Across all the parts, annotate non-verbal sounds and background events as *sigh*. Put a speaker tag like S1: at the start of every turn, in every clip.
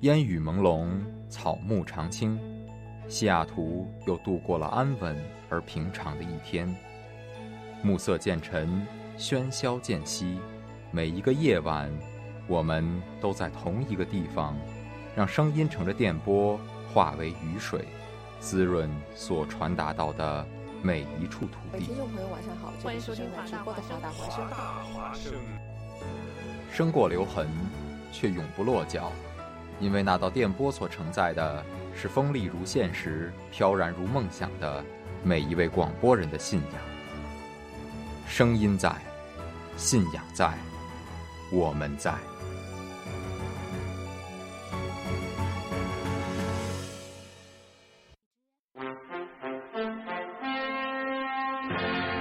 S1: 烟雨朦胧，草木常青，西雅图又度过了安稳而平常的一天。暮色渐沉，喧嚣渐息，每一个夜晚，我们都在同一个地方，让声音乘着电波化为雨水，滋润所传达到的每一处土
S2: 哎，
S1: 地
S2: 听。众朋友，晚上好，这
S3: 欢
S2: 里
S3: 迎
S2: 是
S3: 收
S2: 正
S3: 听
S2: 在
S3: 华
S2: 直
S3: 大
S2: 播的华大
S3: 华
S2: 华生，
S4: 华大华生，
S1: 生过留痕，却永不落脚，因为那道电波所承载的是锋利如现实、飘然如梦想的每一位广播人的信仰。声音在，信仰在，我们在。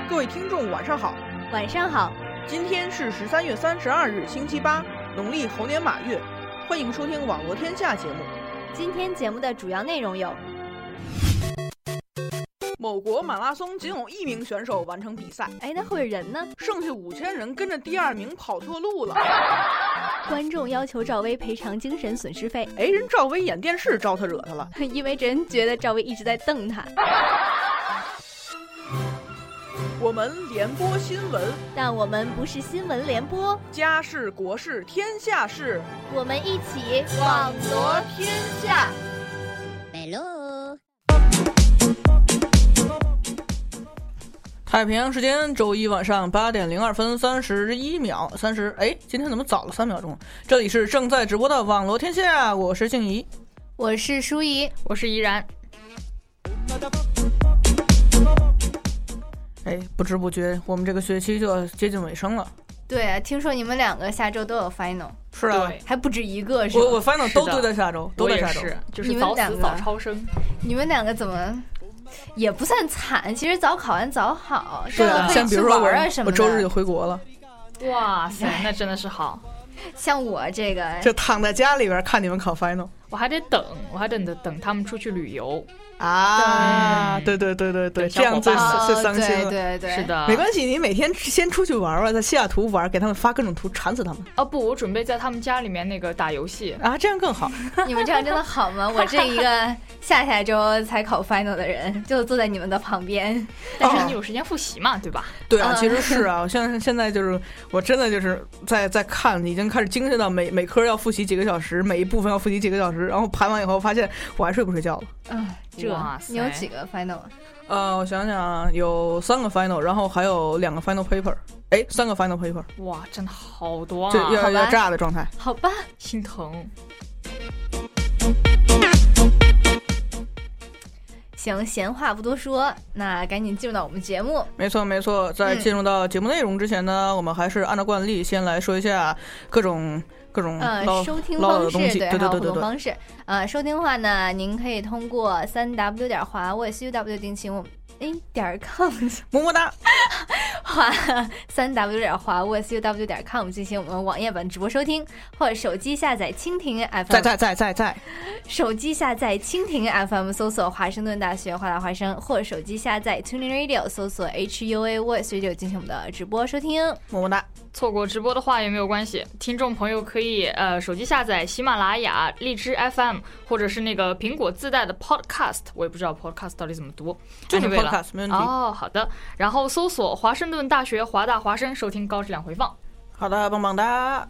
S5: 各位听众，晚上好！
S6: 晚上好，
S5: 今天是十三月三十二日，星期八，农历猴年马月，欢迎收听《网络天下》节目。
S6: 今天节目的主要内容有：
S5: 某国马拉松仅有一名选手完成比赛，
S6: 哎，那会儿人呢？
S5: 剩下五千人跟着第二名跑错路了。
S6: 观众要求赵薇赔偿精神损失费， *laughs*
S5: 哎，人赵薇演电视招他惹他了。
S6: 因为真觉得赵薇一直在瞪他。
S5: 我们联播新闻，
S6: 但我们不是新闻联播，
S5: 家事国事天下事，
S6: 我们一起
S5: 网罗天下。太平洋时间周一晚上八点零二分三十一秒三十，哎，今天怎么早了三秒钟？这里是正在直播的网罗天下，我是静怡。
S6: 我是舒怡，
S3: 我是怡然，
S5: 哎，不知不觉我们这个学期就要接近尾声了。
S7: 对，啊听说你们两个下周都有 final，
S5: 是啊，
S3: 对
S7: 还不止一个是吧？
S5: 我我 final
S3: 是的
S5: 都堆在下周，都
S3: 我
S5: 在
S3: 也
S5: 下周。
S3: 是，就
S7: 你们
S3: 是早
S7: 两
S3: 死
S7: 个
S3: 早超生，
S7: 你们两个怎么也不算惨，其实早考完早好，这
S5: 对
S7: 样
S5: 啊，
S7: 可以
S5: 像比
S7: 去
S5: 如说
S7: 玩啊
S5: 我
S7: 什
S5: 我
S7: 么的。
S5: 周日就回国了，
S3: 哇塞，那真的是好，
S7: 像我这个，
S5: 就躺在家里边看你们考 final
S3: 我还得等，我还得等他们出去旅游，
S5: 啊！
S3: 对
S5: 对对对对对，
S3: 对
S5: 这啊样最
S3: 小伙伴
S5: 最
S7: 哦
S5: 伤心了。
S7: 对对对，
S3: 是。的，
S5: 没关系，你每天先出去玩玩，在西雅图玩，给他们发各种图，馋死他们
S3: 哦不，我准备在他们家里面那个打游戏，
S5: 啊，这样更好。
S7: *laughs* 你们这样真的好
S5: *laughs*
S7: 吗？我这一个下下周才考 final 的人，就坐在你们的旁边。
S3: 但是你有时间复习嘛，对吧？
S5: 哦对啊，
S7: 嗯
S5: 其实是啊，像现在就是我真的就是在在看，已经开始精神到每每科要复习几个小时，每一部分要复习几个小时，然后盘完以后发现我还睡不睡觉了。
S7: 嗯，
S5: 啊
S7: 这
S3: 哇塞
S7: 你有几个 final 啊？
S5: 呃，我想想啊，有三个 final，然后还有两个 final paper，哎，三个 final paper，
S3: 哇，真的好多
S5: 就
S3: 啊，
S5: 要
S7: 好吧
S5: 要炸的状态。
S7: 好吧，
S3: 心疼。
S7: 行，闲话不多说，那赶紧进入到我们节目。
S5: 没错，没错。在
S7: 嗯
S5: 进入到节目内容之前呢，我们还是按照惯例先来说一下各种各种嗯哦唠
S7: 呃，收听
S5: 唠叨
S7: 方
S5: 的东
S7: 式
S5: 西。对
S7: 还有
S5: 对
S7: 互
S5: 对
S7: 动
S5: 对。
S7: 方式。呃，收听的话呢，您可以通过三 w 点华为 c w 定情我们。哎，点
S5: *laughs*
S7: 儿 com
S5: 么么哒！
S7: 华三 w 点儿华为 c w 点儿 com 进行我们网页版直播收听，或者手机下载蜻蜓 FM，
S5: 在在在在在。
S7: 嗯手机下载蜻蜓 FM 搜索华盛顿大学华大华生，或手机下载 Tuning Radio 搜索 HUA Voice Radio 进行我们的直播收听。
S5: 么么哒！
S3: 错过直播的话也没有关系，听众朋友可以呃手机下载喜马拉雅、荔枝 FM，或者是那个苹果自带的 Podcast，我也不知道 Podcast 到底怎么读，
S5: 就是
S3: Anyway 了
S5: podcast 没问题。
S3: 哦，好的，然后搜索华盛顿大学华大华生收听高质量回放。
S5: 好的，棒棒哒。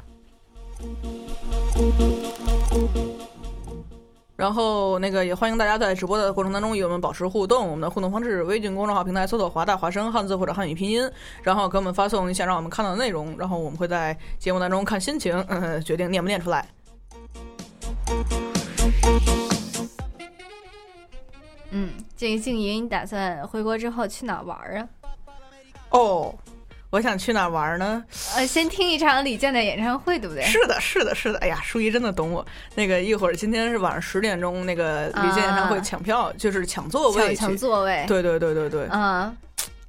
S5: 然后那个也欢迎大家在直播的过程当中与我们保持互动。我们的互动方式：微信公众号平台搜索“华大华声”汉字或者汉语拼音，然后给我们发送一下让我们看到的内容，然后我们会在节目当中看心情、 *laughs* 呃、决定念不念出来。
S7: 嗯，这个静怡，你打算回国之后去哪儿玩儿啊？
S5: 哦，我想去哪儿玩呢？
S7: 呃，先听一场李健的演唱会，对不对？
S5: 是的，是的，是的。哎呀，淑仪真的懂我。那个一会儿今天是晚上十点钟，那个李健演唱会
S7: 啊
S5: 抢票，就是抢座位
S7: 抢
S5: 去。
S7: 抢座位，
S5: 对对对对对。
S7: 啊，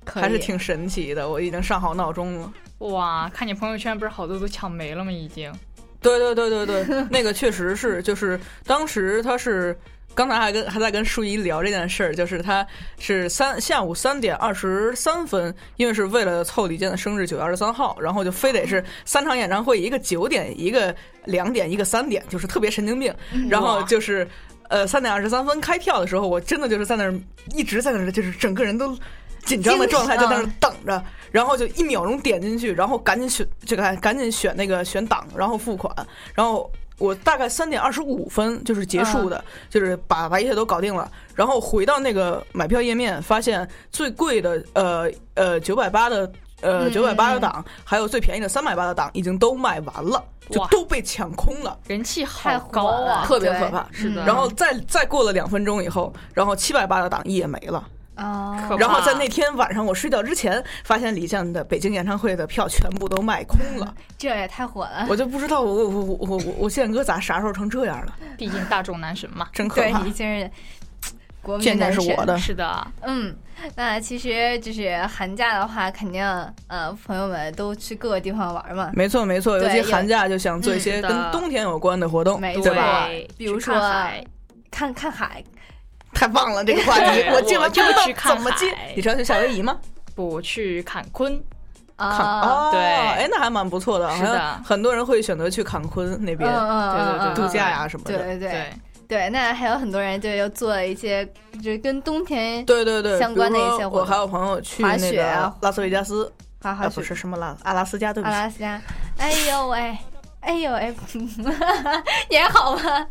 S7: 可以
S5: 还是挺神奇的。我已经上好闹钟了。
S3: 哇，看你朋友圈不是好多都抢没了吗？已经。
S5: 对对对对 *laughs* 对，那个确实是，就是当时他是。刚才还跟还在跟舒怡聊这件事儿，就是他是三下午三点二十三分，因为是为了凑李健的生日九月二十三号，然后就非得是三场演唱会，一个九点，一个两点，一个三点，就是特别神经病。然后就是呃三点二十三分开票的时候，我真的就是在那儿一直在那儿，就是整个人都紧张的状态，
S7: 精
S5: 就
S7: 神
S5: 在那儿等着，然后就一秒钟点进去，然后赶紧选这个赶紧选那个选档，然后付款，然后。我大概三点二十五分就是结束的，就是把把一切都搞定了，然后回到那个买票页面，发现最贵的呃呃九百八的呃
S7: 嗯
S5: 九百八的档，还有最便宜的三百八的档已经都卖完了，就
S3: 哇
S5: 都被抢空了，
S3: 人气
S7: 太
S3: 好
S7: 火
S3: 高
S7: 了
S3: 啊！
S5: 特别
S7: 对
S5: 可怕。
S3: 是的，
S5: 然后再再过了两分钟以后，然后七百八的档也没了。
S7: 啊，
S3: 可
S5: 然后
S3: 怕
S5: 在那天晚上我睡觉之前，发现李健的北京演唱会的票全部都卖空了，
S7: 这也太火了。
S5: 我就不知道我我我我我我健哥咋啥时候成这样了，
S3: 毕竟大众男神嘛。
S5: 真可
S7: 对
S5: 怕
S7: 你。就是国民
S5: 健
S7: 男
S5: 健是
S7: 神
S5: 我的，
S3: 是的，
S7: 嗯，那其实就是寒假的话，肯定呃，朋友们都去各个地方玩嘛，
S5: 没错没错，尤
S7: 对
S5: 其
S7: 有
S5: 寒假就想做一些
S3: 嗯的
S5: 跟冬天有关的活动，
S7: 没
S5: 对
S7: 错
S5: 吧？
S3: 对
S7: 比如
S3: 去看
S7: 说
S3: 海
S7: 看看海。
S5: 太棒了这个话题
S3: 对，
S5: 我今晚
S3: 我就
S5: 不知道
S3: 去看
S5: 怎么接
S3: 海。
S5: 你是要去夏威夷吗？
S3: 不去坎昆，
S5: 坎
S7: 啊，
S5: 哦，
S3: 对
S5: 哎，那还蛮不错的，好
S3: 是的
S5: 像很多人会选择去坎昆那边
S7: 嗯嗯，
S5: 度
S3: 对
S5: 假呀什么
S7: 对
S5: 的。
S7: 对对
S3: 对，
S7: 对，那还有很多人就又做了一些，就是跟冬天
S5: 对对对，
S7: 相关的一些
S5: 比如说
S7: 活动
S5: 我还有朋友去
S7: 滑
S5: 那
S7: 雪啊
S5: 个拉斯维加斯，
S7: 滑
S5: 啊
S7: 滑
S5: 不
S7: 雪
S5: 是、什么拉阿拉斯加，对不
S7: 阿
S5: 起，
S7: 拉斯加。哎呦喂，哎呦喂， *laughs* 你还好吗？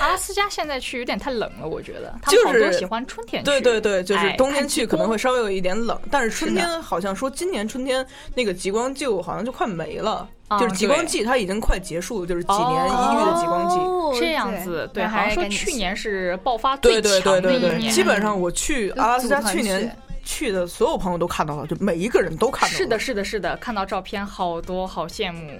S3: 阿拉斯加现在去有点太冷了，我觉得他
S5: 就
S3: 们好多
S5: 是
S3: 喜欢春天去。
S5: 对对对，就是
S3: 哎
S5: 冬天
S3: 看极
S5: 去可能
S3: 光
S5: 会稍微有一点冷，但是春
S3: 是的
S5: 天好像说今年春天那个极光就好像就快没了，
S3: 啊
S5: 就是极光
S3: 对
S5: 季它已经快结束，就是几年一遇的极光季。
S7: 哦
S3: 这样子，对，
S7: 那
S3: 好像
S7: 还
S3: 说
S7: 赶紧
S3: 去
S7: 去
S3: 年是爆发
S5: 对
S3: 最
S5: 对
S3: 强
S5: 对
S3: 的
S5: 对
S3: 一
S5: 对，
S3: 年。
S5: 基本上我去阿拉斯加
S7: 组团
S5: 去年去的所有朋友都看到了，就每一个人都看到了。
S3: 是的，，是的，是的，看到照片好多，好羡慕。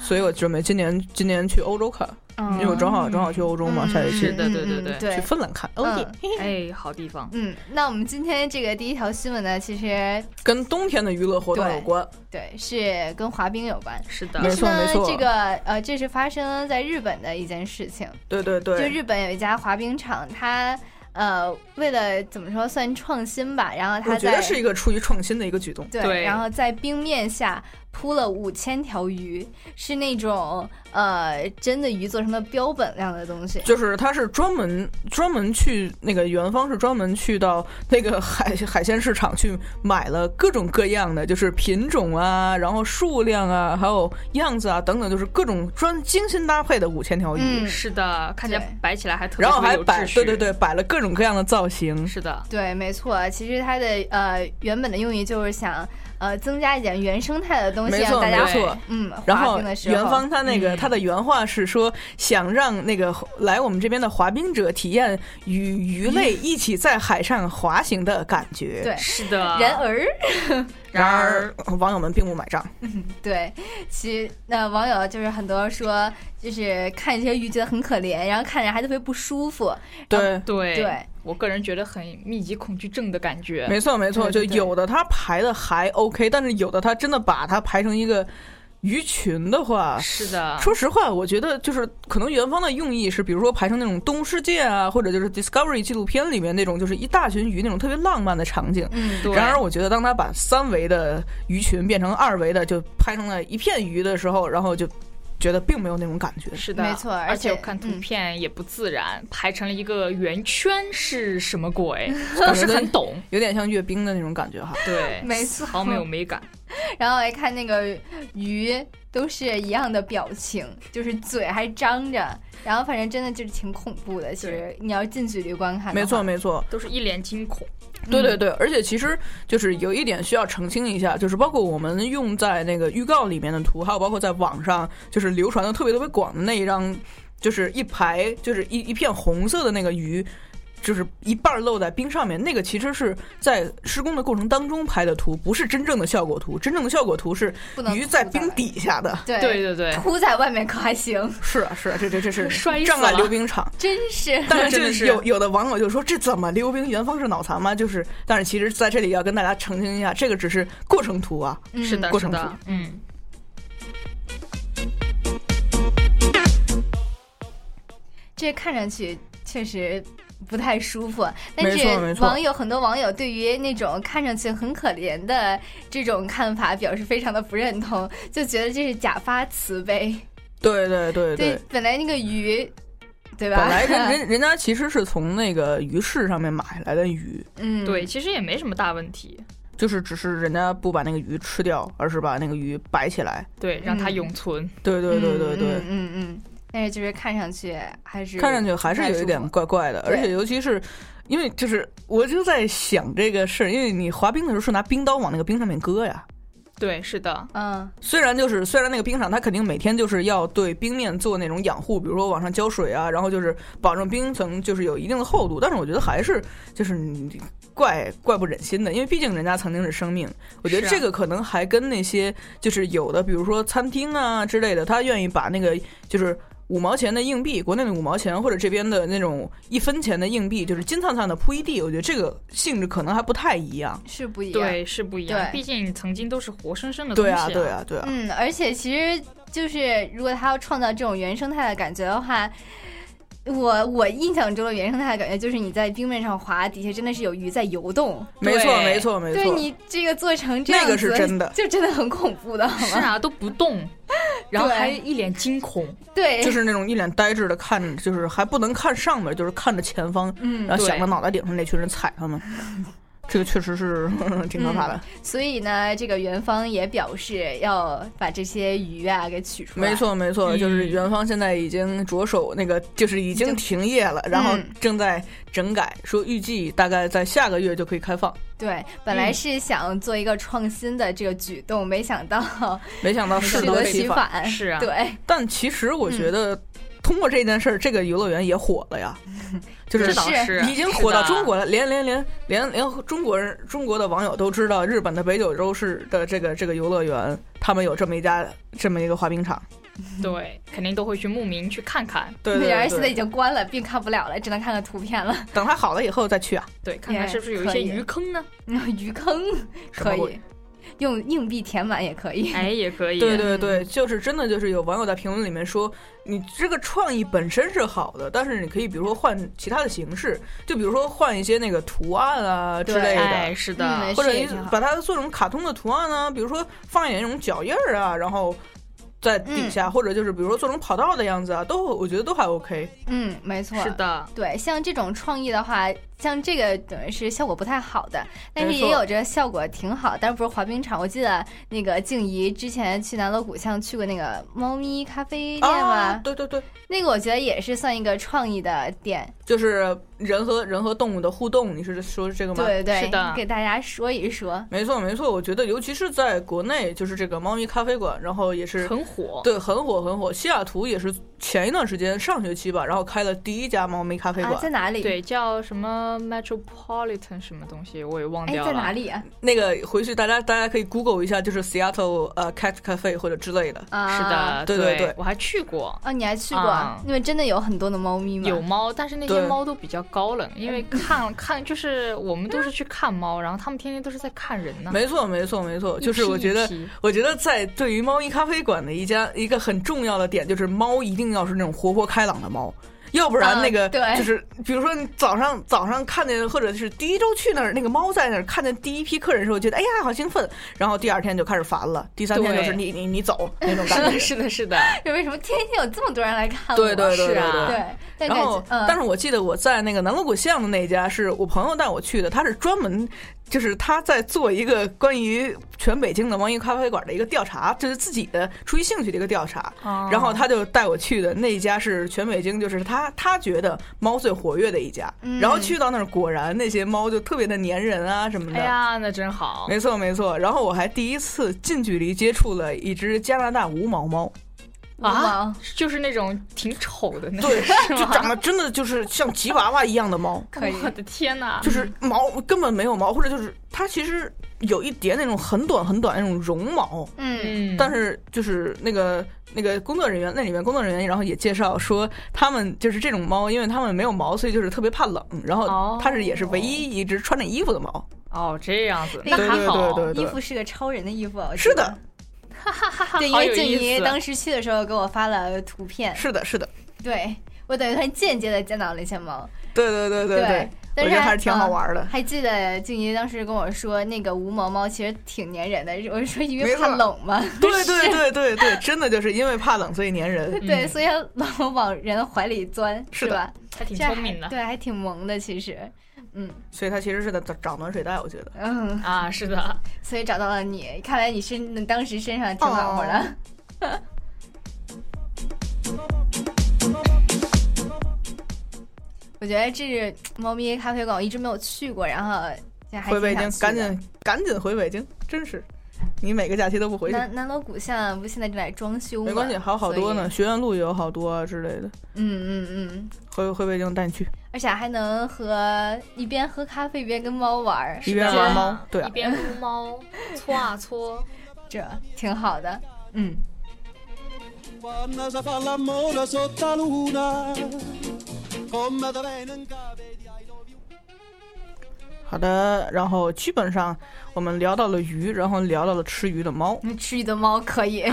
S5: 所以我准备今年今年去欧洲看，因为我正好正好去欧洲嘛，下学
S3: 是
S5: 期
S3: 的对对
S7: 嗯
S3: 对
S7: 对
S5: 去芬兰看。哦
S7: 嗯
S5: 耶，
S3: 哎，好地方，
S7: 嗯，那我们今天这个第一条新闻呢，其实
S5: 跟冬天的娱乐活动
S7: 对
S5: 有关。
S7: 对是跟滑冰有关。
S3: 是的
S5: 没
S7: 但
S5: 错
S7: 是呢，
S5: 错
S7: 这个呃，这是发生在日本的一件事情。
S5: 对对
S7: 就
S5: 对，
S7: 日本有一家滑冰场，它呃，为了怎么说算创新吧，然后
S5: 我
S7: 它
S5: 觉
S7: 在
S5: 得是一个出于创新的一个举动。
S7: 对，
S3: 对
S7: 然后在冰面下铺了五千条鱼，是那种呃真的鱼做成的标本那样的东西。
S5: 就是他是专门专门去那个元芳是专门去到那个海 *laughs* 海鲜市场去买了各种各样的，就是品种啊，然后数量啊，还有样子啊等等，就是各种专精心搭配的五千条鱼，
S7: 嗯
S3: 是的，看起来
S7: 对
S3: 摆起来还特别
S5: 然后
S3: 特别
S5: 还
S3: 有
S5: 摆
S3: 秩序。
S5: 对对，对摆了各种各样的造型。
S3: 是的，
S7: 对，没错，其实它的呃原本的用意就是想呃增加一点原生态的东西，
S5: 没
S7: 让
S5: 错
S7: 大家
S5: 没错
S7: 嗯
S5: 然
S7: 滑
S5: 后
S7: 冰的时候，
S5: 元芳他那个、
S3: 嗯
S5: 他的原话是说，想让那个来我们这边的滑冰者体验与鱼
S7: *laughs*
S5: 类一起在海上滑行的感觉。
S7: 对。
S3: 是的。
S7: 然而，
S5: 然而网友们并不买账。
S7: 对，其实那、网友就是很多说，就是看这些鱼觉得很可怜，然后看着还特别不舒服。
S5: 对，
S3: 对
S7: 对
S3: 我个人觉得很密集恐惧症的感觉。
S5: 没错没错，就
S7: 对对对
S5: 有的他排的还 OK，但是有的他真的把它排成一个鱼群的话。
S3: 是的，
S5: 说实话，我觉得就是可能元芳的用意是，比如说排成那种《动物世界》啊，或者就是 Discovery 纪录片里面那种，就是一大群鱼那种特别浪漫的场景。
S7: 嗯，
S3: 对
S5: 然而，我觉得当他把三维的鱼群变成二维的，就拍成了一片鱼的时候，然后就觉得并没有那种感觉。
S3: 是的，
S7: 没错
S3: 而
S7: 而且
S3: 我看图
S7: 嗯
S3: 片也不自然，排成了一个圆圈是什么鬼？ *laughs*
S5: 感觉
S3: 不是
S5: 跟
S3: 很
S5: *laughs*
S3: 懂，
S5: 有点像阅兵的那种感觉哈。
S3: 对，
S7: 没错
S3: *laughs* 毫没有美感。
S7: 然后我一看那个鱼都是一样的表情，就是嘴还张着，然后反正真的就是挺恐怖的。其实你要近距离观看的
S5: 没
S7: 话，
S5: 错，没错。
S3: 都是一脸惊恐。
S5: 对对对，而且其实就是有一点需要澄清一下，就是包括我们用在那个预告里面的图，还有包括在网上就是流传的特别特别广的那一张，就是一排就是一一片红色的那个鱼。就是一半儿露在冰上面，那个其实是在施工的过程当中拍的图，不是真正的效果图。真正的效果图是
S7: 不能
S5: 鱼在
S7: 吐出
S5: 冰
S7: 来
S5: 底下的。
S7: 对
S3: 对对对，
S7: 凸在外面可还行，
S5: 是啊，是啊，这这这啊是
S3: 摔死
S5: 障碍
S3: 了
S5: 溜冰场。
S7: *laughs* 真是
S5: *laughs* 但
S3: 真的
S5: 就是有有的网友就说这怎么溜冰？元芳是脑残吗？就是，但是其实在这里要跟大家澄清一下，
S7: 嗯
S5: 这个只是过程图啊。
S3: 是的，嗯
S5: 过
S3: 是
S5: 程
S3: 的
S5: 中，
S3: 嗯。
S7: 这看上去确实不太舒服。但
S5: 没错没
S7: 是
S5: 错
S7: 网友很多网友对于那种看上去很可怜的这种看法表示非常的不认同，就觉得这是假发慈悲。
S5: 对对对对。
S7: 本来那个鱼，对吧？
S5: 本来人人人家其实是从那个鱼市上面买来的鱼，
S7: 嗯，
S3: 对，，其实也没什么大问题，
S5: 就是只是人家不把那个鱼吃掉，而是把那个鱼摆起来。
S3: 对，让它
S7: 嗯
S3: 永存。
S5: 对对对对对，
S7: 嗯嗯嗯，但是就是看上去还是
S5: 看上去还是有一点
S7: 不太舒服
S5: 怪怪的，
S7: 对
S5: 而且尤其是因为就是我就在想这个事儿，因为你滑冰的时候是拿冰刀往那个冰上面割呀。
S3: 对，是的，
S7: 嗯
S5: 虽然就是虽然那个冰场，它肯定每天就是要对冰面做那种养护，比如说往上浇水啊，然后就是保证冰层就是有一定的厚度，但是我觉得还是就是你怪怪不忍心的，因为毕竟人家曾经是生命。我觉得
S3: 是啊
S5: 这个可能还跟那些就是有的，比如说餐厅啊之类的，他愿意把那个就是。五毛钱的硬币，国内的五毛钱或者这边的那种一分钱的硬币，就是金灿灿的铺一地，我觉得这个性质可能还不太一样。
S7: 是不一样。
S3: 对，是不一样，
S7: 对
S3: 毕竟曾经都是活生生的东
S5: 对
S3: 西、
S5: 啊，对，啊，对啊。
S7: 嗯，而且其实就是，如果他要创造这种原生态的感觉的话，我我印象中的原生态的感觉就是你在冰面上滑，底下真的是有鱼在游动。
S5: 没错，
S3: 对
S5: 没错，没错。
S7: 对你这个做成这样子，
S5: 那个是真的
S7: 就真的很恐怖的，
S3: 是
S7: 好吗？
S3: 啊，都
S7: *laughs*
S3: 不动，然后还一脸惊恐，
S7: 对，
S5: 就是那种一脸呆滞的看，就是还不能看上面，就是看着前方，
S7: 嗯
S5: 然，后
S3: 对
S5: 想着脑袋顶上那群人踩他们。 *laughs* 这个确实是挺可怕的，
S7: 所以呢，这个元芳也表示要把这些鱼啊给取出来。
S5: 没，错没错，
S3: 嗯
S5: 就是元芳现在已经着手那个，就是已经
S7: 经
S5: 停业了，然后
S7: 嗯
S5: 正在整改，说预计大概在下个月就可以开放。
S7: 对，本来
S3: 嗯
S7: 是想做一个创新的这个举动，没想到
S5: 没想到适
S7: 适
S5: 得
S7: 得
S5: 其
S7: 其
S5: 反，
S7: 反。
S3: 是啊，
S7: 对，
S5: 但其实我觉得通过这件事儿，这个游乐园也火了呀，就是
S3: 这倒是啊
S5: 已经火到中。
S3: 是的
S5: 国了，连连连连连中国人中国的网友都知道，日本的北九州市的这个这个游乐园，他们有这么一家这么一个滑冰场。
S3: 对，肯定都会去慕名去看看，
S5: 对对
S7: 然而
S5: 对
S7: 现在已
S5: 对，
S7: 经关了，并看不了了，只能看看图片了。
S5: 等它好了以后再去啊。
S3: 对，看看
S7: 也
S3: 是不是有一
S7: 可
S3: 些
S7: 以
S3: 鱼坑
S7: *laughs*
S3: 呢？
S7: 鱼坑
S5: *laughs* 什么
S7: 可
S5: 鬼
S7: 以用硬币填满也可以。
S3: 哎，也可以，
S5: 对对对，就是真的就是有网友在评论里面说，你这个创意本身是好的，但是你可以比如说换其他的形式，就比如说换一些那个图案啊之
S7: 对
S5: 类
S3: 哎，
S5: 的。
S3: 是
S7: 嗯
S3: 的
S7: 没，
S5: 或者
S7: 是也
S5: 你
S7: 挺好
S5: 把它做成卡通的图案啊，比如说放一点那种脚印儿啊，然后在
S7: 嗯
S5: 底下，或者就是比如说做成跑道的样子啊，都我觉得都还 OK。
S7: 嗯，没错，
S3: 是。的，
S7: 对，像这种创意的话，像这个等于是效果不太好的，但是
S5: 没错
S7: 也有着效果挺好。但是不是滑冰场？我记得那个静怡之前去南锣鼓巷去过那个猫咪咖啡店
S5: 啊，
S7: 吧，
S5: 对对对，
S7: 那个我觉得也是算一个创意的店。
S5: 就是人和人和动物的互动，你是说这个吗？
S7: 对对
S3: 是的
S7: 给大家说一说。
S5: 没错没错，我觉得尤其是在国内，就是这个猫咪咖啡馆，然后也是。
S3: 很火，
S5: 对，很火很火。西雅图也是前一段时间，上学期吧，然后开了第一家猫咪咖啡
S7: 啊
S5: 馆，，
S7: 在哪里？，
S3: 对，叫什么 Metropolitan 什么东西，我也忘
S7: 哎，
S3: 掉了。
S7: 在哪？里啊？
S5: 那个回去大家大家可以 Google 一下，就是 Seattle 呃 Cat Cafe 或者之类的。
S7: 啊
S3: 是的，
S5: 对对
S3: 对
S5: 对
S3: 我还去过。
S7: 哦，你还去过？
S3: 啊
S7: 那边真的有很多的猫咪吗？
S3: 有猫，但是那些
S5: 对
S3: 猫都比较高冷，
S5: *laughs*
S3: 因为看看就是我们都是去看猫，然后他们天天都是在看人呢。
S5: 没错没错没错，
S3: 一
S5: 就是
S3: 批
S5: 我
S3: 一
S5: 觉得
S3: 批
S5: 我觉得在对于猫咪咖啡馆的一家一个很重要的点，就是猫一定要是那种活泼开朗的猫，要不然
S3: 啊
S7: 嗯
S5: 那个
S7: 对
S5: 就是，比如说你早上早上看见，或者是第一周去那儿那个猫在那儿看见第一批客人的时候，觉得哎呀好兴奋，然后第二天就开始烦了，第三天就是
S3: 对
S5: 你你你走那种
S3: 是
S5: 感
S3: 的，
S5: 觉。
S3: 是的，是的，
S7: 就为什么天天有这 *laughs* 么多人来看我？
S5: 对对对
S3: 是
S5: 对
S3: 啊
S5: 对。
S7: 对，但
S5: 然
S7: 感
S5: 后
S7: 觉，，嗯，
S5: 但是我记得我在那个南锣鼓巷的那家是我朋友带我去的，他是专门就是他在做一个关于全北京的猫咪咖啡馆的一个调查，就是自己的出于兴趣的一个调查。
S7: 哦
S5: 然后他就带我去的那一家是全北京，就是他他觉得猫最活跃的一家。
S7: 嗯
S5: 然后去到那儿，果然那些猫就特别的粘人啊什么的。
S3: *laughs* 哎呀，那真好，
S5: 没错没错，然后我还第一次近距离接触了一只加拿大无毛
S7: *laughs*
S5: 猫，
S3: 啊
S7: 嗯无毛，
S3: 就是那种挺丑的那种，
S5: 对，就长得真的就是像吉娃娃一样的猫，
S7: 可以
S3: *laughs* 我的天哪，
S5: 就是
S7: 嗯
S5: 毛根本没有毛，或者就是它其实有一点那种很短很短那种绒毛，
S7: 嗯，
S3: 嗯，
S5: 但是就是那个那个工作人员，那里面工作人员，然后也介绍说，他们就是这种猫，因为它们没有毛，所以就是特别怕冷。然后
S3: 哦
S5: 它是也是唯一一只穿着衣服的猫。
S3: 哦这样子，
S7: 对
S3: 那还好，
S5: 对对
S7: 衣服是个超人的衣服，我记
S5: 是
S7: 得
S5: 的，，
S3: 哈哈哈
S7: 对，因
S3: 好
S7: 为
S3: 有
S7: 静
S3: 意
S7: 怡
S3: 思
S7: 当时去的时候给我发了图片，
S5: 是的，是的，
S7: 对我等于很间接的见到了一些猫。
S5: 对对对对对，
S7: 但
S5: 我
S7: 是
S5: 觉得还是挺好玩的 *laughs*
S7: 嗯还记得静怡当时跟我说，那个无毛猫其实挺粘人的，我是说因
S5: 没
S7: 为
S5: 错
S7: 怕冷嘛，
S5: 对对对对对，真的就是因为怕冷所以粘人。
S7: *laughs* 对，
S3: 嗯
S7: 所以它老往人怀里钻，
S5: 是的
S7: 吧？
S3: 还挺
S7: 这样
S3: 聪明
S7: *laughs*
S3: 的
S7: 对，还挺萌的，其实，嗯
S5: 所以它其实是在长暖水袋，我觉得。
S7: 嗯，
S3: 啊，是的，
S7: 所以找到了你，看来你身当时身上挺暖和的。
S5: 哦
S7: *laughs* 我觉得这是猫咪咖啡馆，我一直没有去过，然后现在还
S5: 回北
S7: 挺
S5: 京
S7: 想，去
S5: 赶
S7: 的
S5: 紧赶紧回北京，真是，你每个假期都不回去，
S7: 南南锣鼓巷不现在正在装修吗？
S5: 没关系，还有好多呢，
S7: 所以。
S5: 学院路也有好多啊之类的。
S7: 嗯嗯嗯，
S5: 回回北京带你去，
S7: 而且还能和一边喝咖啡一边跟猫玩儿，
S5: 一边
S3: 是的
S5: 玩猫对啊
S3: 一边撸猫，搓啊搓，
S7: 这挺好的。嗯，
S2: Vanno a fare l'amore sotto la luna, come te viene in capo di I love you.
S5: 好的。然后基本上我们聊到了鱼，然后聊到了吃鱼的猫，
S7: 吃鱼的猫可以。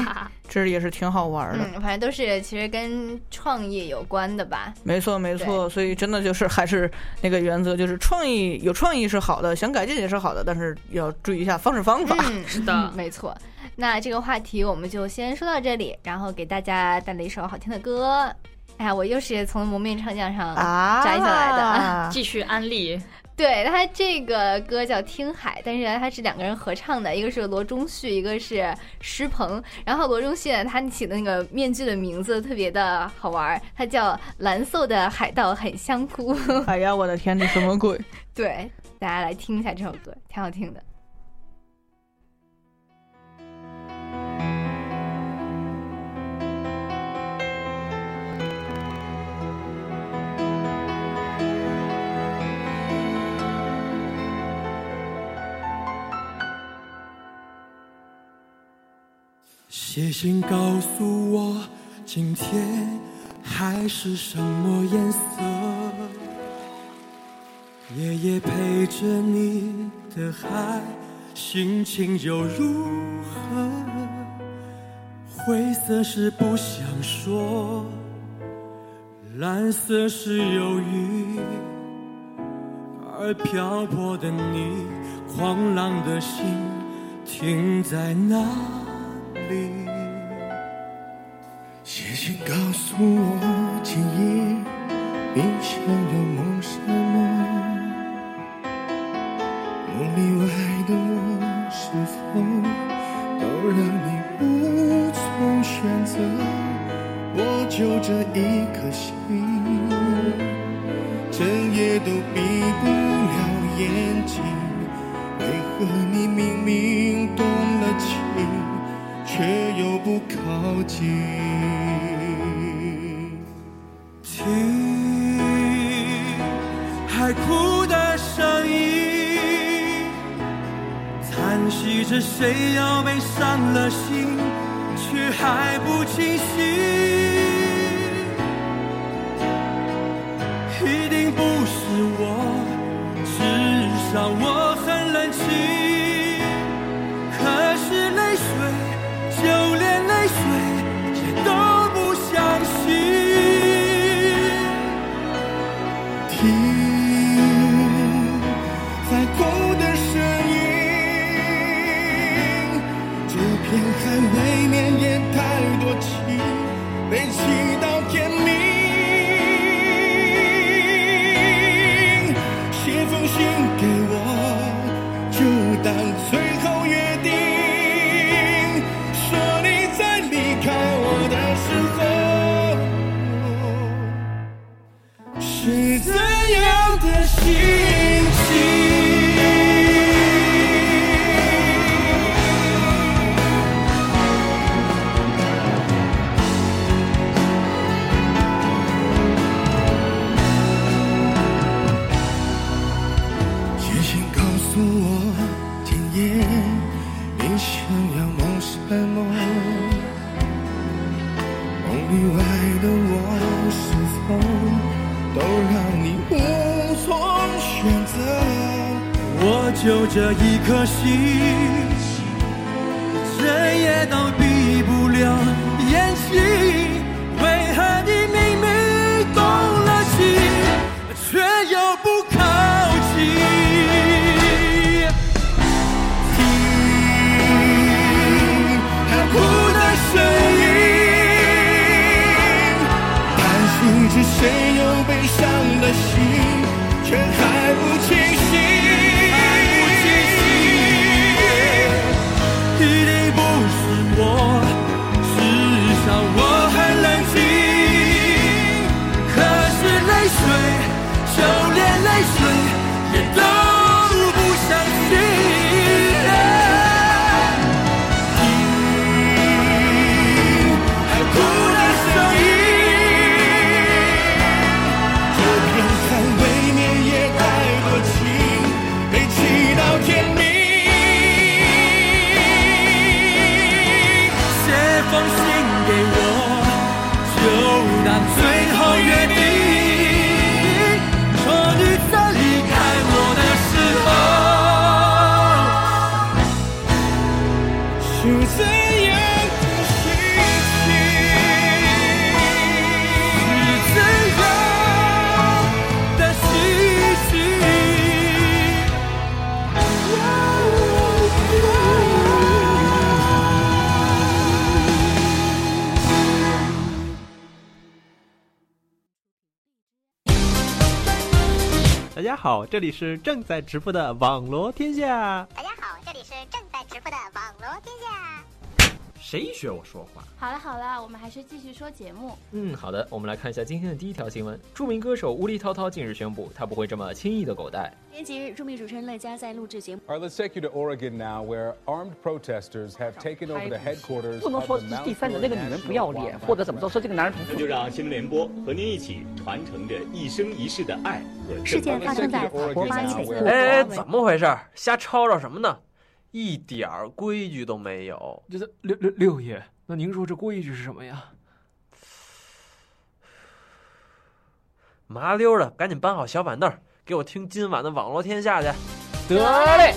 S5: 这也是挺好玩的。
S7: 嗯，反正都是其实跟创业有关的吧。
S5: 没错，没错。所以真的就是还是那个原则，就是创意有创意是好的，想改进也是好的，但是要注意一下方式方法。
S7: *laughs* 嗯，
S3: 是的
S7: 嗯没错。那这个话题我们就先说到这里，然后给大家带来一首好听的歌。哎呀，我又是从蒙面唱将上
S5: 啊，
S7: 摘下来的
S3: 继续安利，
S7: 对他这个歌叫《听海》，但是呢，他是两个人合唱的，一个是罗中旭，一个是石鹏。然后罗中旭呢，他起的那个面具的名字特别的好玩儿，他叫“蓝色的海盗很相哭
S5: *laughs* 哎呀，我的天，这什么鬼？”。
S7: *laughs* 对，大家来听一下这首歌，挺好听的。
S2: 写信告诉我，啊今天海是什么颜色？夜夜陪着你的海，心情又如何？灰色是不想说，蓝色是忧郁，而漂泊的你，狂浪的心停在哪里？
S4: 写信告诉我，记忆你想要梦什么？梦里外的我是否都让你无从选择？我就这一颗心，整夜都闭不了眼睛。为何你明明动了情，却又不靠近？
S2: 听海哭的声音，叹息着谁要被伤了心，却还不清醒。一定不是我，至少我很冷静。可是泪水，就连泪水也都不相信。
S4: 听海哭的声音，这片海未免也太多情，被气到天明。写封信给我，就当最后约定，说你在离开我的时候。是怎样的心情？写信告诉我，今夜你想要梦什么？梦里外的我是否都让你无从选择？
S2: 我就这一颗心，整夜都闭不了眼睛。为何你明明动
S4: 知谁有悲伤的心，却还不清醒。
S2: 一定不是我，至少我很冷静。可是泪水，就连泪水也都不相信。听海哭的声音，
S4: 这片海未免也太多情，被气到天明。
S2: 写封信给我，就当最后约定。说你在离开我的时候，
S4: 是怎样的心情？
S2: 是怎样的心情？
S8: 大家好，这里是正在直播的网罗天下。
S9: 大家好，这里是正在直播的网罗天下。
S10: 谁学我说话？
S9: 好了好了，我们还是继续说节目。
S10: 嗯，好的，我们来看一下今天的第一条新闻。著名歌手乌力涛涛近日宣布，他不会这么轻易的狗带。
S9: 今天节日，著名主持人乐嘉在录制节目。
S11: All right, let's take you to Oregon now, where armed protesters have taken over the headquarters
S12: 不能
S11: of
S12: 说
S11: the
S12: 是
S11: Mount
S12: 第三者那
S11: Vernon
S12: 个女人不
S11: National
S12: 要脸，
S11: Wildlife
S12: 或者怎么着说这个男人不
S13: 那就让新闻联播和您一起传承着一生一世的爱和
S9: 事件发生在法国巴黎北部的
S14: 哎，
S9: 华为
S14: 怎么回事儿？瞎吵吵什么呢？一点儿规矩都没有。
S15: 这这六六六爷，那您说这规矩是什么呀？
S14: 麻溜的，赶紧搬好小板凳儿，给我听今晚的网络天下去。
S15: 得嘞，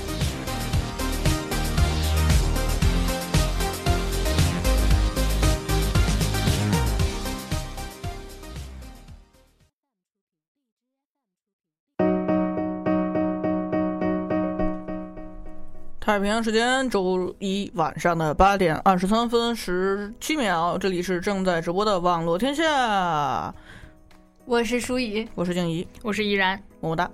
S5: 太平洋时间周一晚上的八点二十三分十七秒，这里是正在直播的网络天下，
S7: 我是舒怡，
S5: 我是静怡，
S3: 我是依然，
S5: 么么哒。